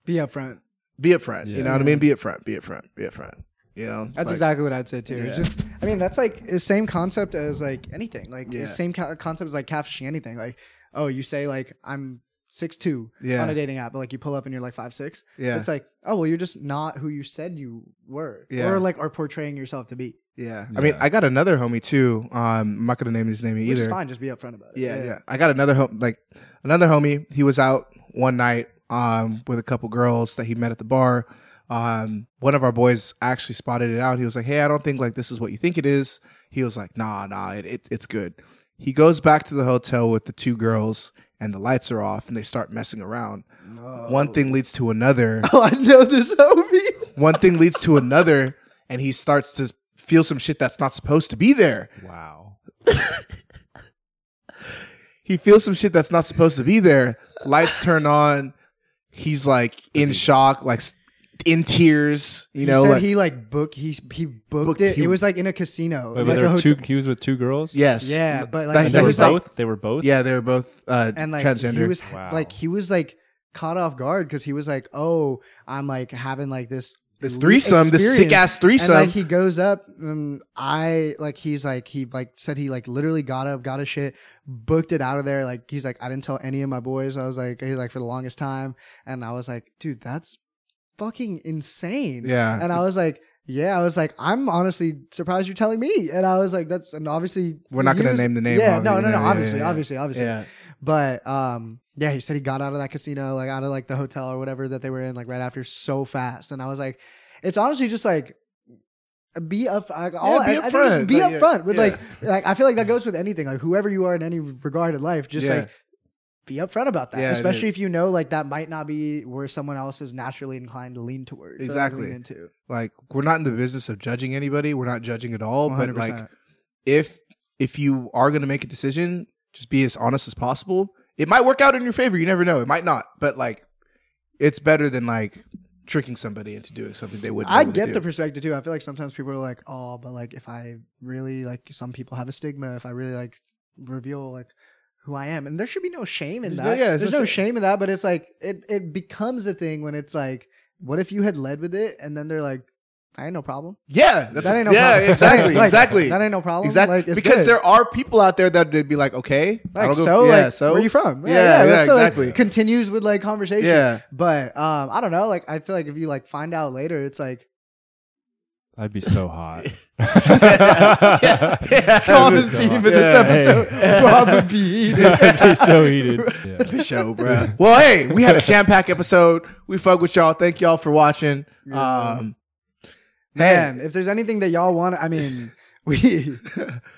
be upfront.
be upfront.
Yeah.
You know what I mean? Be upfront. Be upfront. Be upfront. You know.
That's
Like,
exactly what I'd say too. It's
Yeah.
just, I mean, that's like the same concept as like anything. Like
Yeah.
the same co- concept as like catfishing anything. Like, oh, you say like I'm six two
Yeah.
on a dating app, but like you pull up and you're like five six.
Yeah.
It's like, oh well, you're just not who you said you were,
Yeah.
or like are portraying yourself to be.
Yeah. I mean,
Yeah.
I got another homie too. Um, I'm not gonna name his name
Which
either.
is fine. Just be upfront about it.
Yeah, yeah, I got another home like another homie. He was out one night um with a couple girls that he met at the bar. Um, one of our boys actually spotted it out. He was like, "Hey, I don't think like this is what you think it is." He was like, "Nah, nah, it, it it's good." He goes back to the hotel with the two girls, and the lights are off, and they start messing around. One thing leads to another.
Oh, I know this homie.
one thing leads to another, and he starts to feel some shit that's not supposed to be there.
Wow.
he feels some shit that's not supposed to be there. Lights turn on. He's like in shock, like s- in tears. You know,
he said
like
he like book he he booked,
Booked-
it.
he-
it was like in a casino,
Wait,
like
but there
a
were
hotel.
two, he was with two girls?
yes,
Yeah, but, like,
That-
And
he
they were
was like-
both? they were both?
yeah, they were both uh,
and like
transgender.
he was
Wow.
like he was like caught off guard because he was like oh i'm like having like this
this
elite
threesome, this sick
experience.
ass
and
threesome.
like he goes up and i like he's like he like said he like literally got up got his shit booked it out of there like he's like i didn't tell any of my boys i was like he's like for the longest time and i was like dude that's fucking insane
yeah,
and i was like yeah, I was like, I'm honestly surprised you're telling me. And I was like, that's and obviously
we're not gonna
years-
name the name.
Yeah, no,
obvi-
no, no,
yeah,
obviously,
yeah, yeah.
obviously, obviously.
Yeah,
But um, yeah, he said he got out of that casino, like out of like the hotel or whatever that they were in, like right after, so fast. And I was like, it's honestly just like be up, like, all,
be
I, I think just
upfront.
be
Like,
upfront
yeah,
with
yeah.
like, like I feel like that goes with anything, like whoever you are in any regard in life, just
Yeah.
like be upfront about that,
Yeah, it
especially
is.
if you know like that might not be where someone else is naturally inclined to lean towards, or, like,
Exactly.
lean into.
like we're not in the business of judging anybody. We're not judging at all. But like,
100%.
if if you are gonna make a decision, just be as honest as possible. It might work out in your favor. You never know. It might not. But like, it's better than like tricking somebody into doing something they wouldn't. be
I
able to
get
do.
the perspective too. I feel like sometimes people are like, "Oh, but like if I really like some people have a stigma if I really like reveal like who I am." And there should be no shame in
There's
that.
no- yeah, there's
there's
no
no shame in that, but it's like it it becomes a thing when it's like, "What if you had led with it?" And then they're like, "I ain't no problem."
yeah. That's
that ain't no
yeah.
problem.
Exactly.
Like,
exactly.
That ain't no problem.
Exactly.
Like, it's
because
good.
there are people out there that would be like, okay, I
like
don't go-
so
yeah,
like
so
where you from
Yeah, yeah,
that's so, like,
exactly.
continues with like conversation
Yeah.
but um i don't know like i feel like if you like find out later it's like
I'd be so hot.
yeah, yeah.
Common theme in this
Yeah,
episode.
hey.
Robin B.
I'd be so heated.
the show, bro. Well, hey, we had a jam packed episode. We fuck with y'all. Thank y'all for watching.
Yeah.
Um,
Man,
man,
if there's anything that y'all want, I mean, we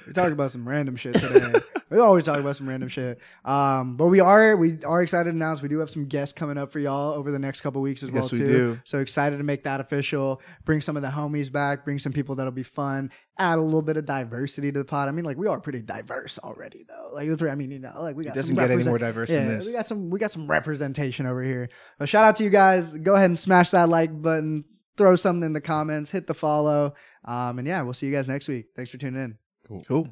we talk about some random shit today. we always talk about some random shit. Um, but we are we are excited to announce we do have some guests coming up for y'all over the next couple weeks as well
Yes, we
too.
do.
So excited to make that official. Bring some of the homies back. Bring some people that'll be fun. Add a little bit of diversity to the pod. I mean, like we are pretty diverse already though. Like the three, I mean, you know, like we got
it doesn't
some
get any
represent-
more diverse
yeah,
than this.
we got some we got some representation over here. But shout out to you guys. Go ahead and smash that like button. Throw something in the comments. Hit the follow. Um, and yeah, we'll see you guys next week. Thanks for tuning in.
cool.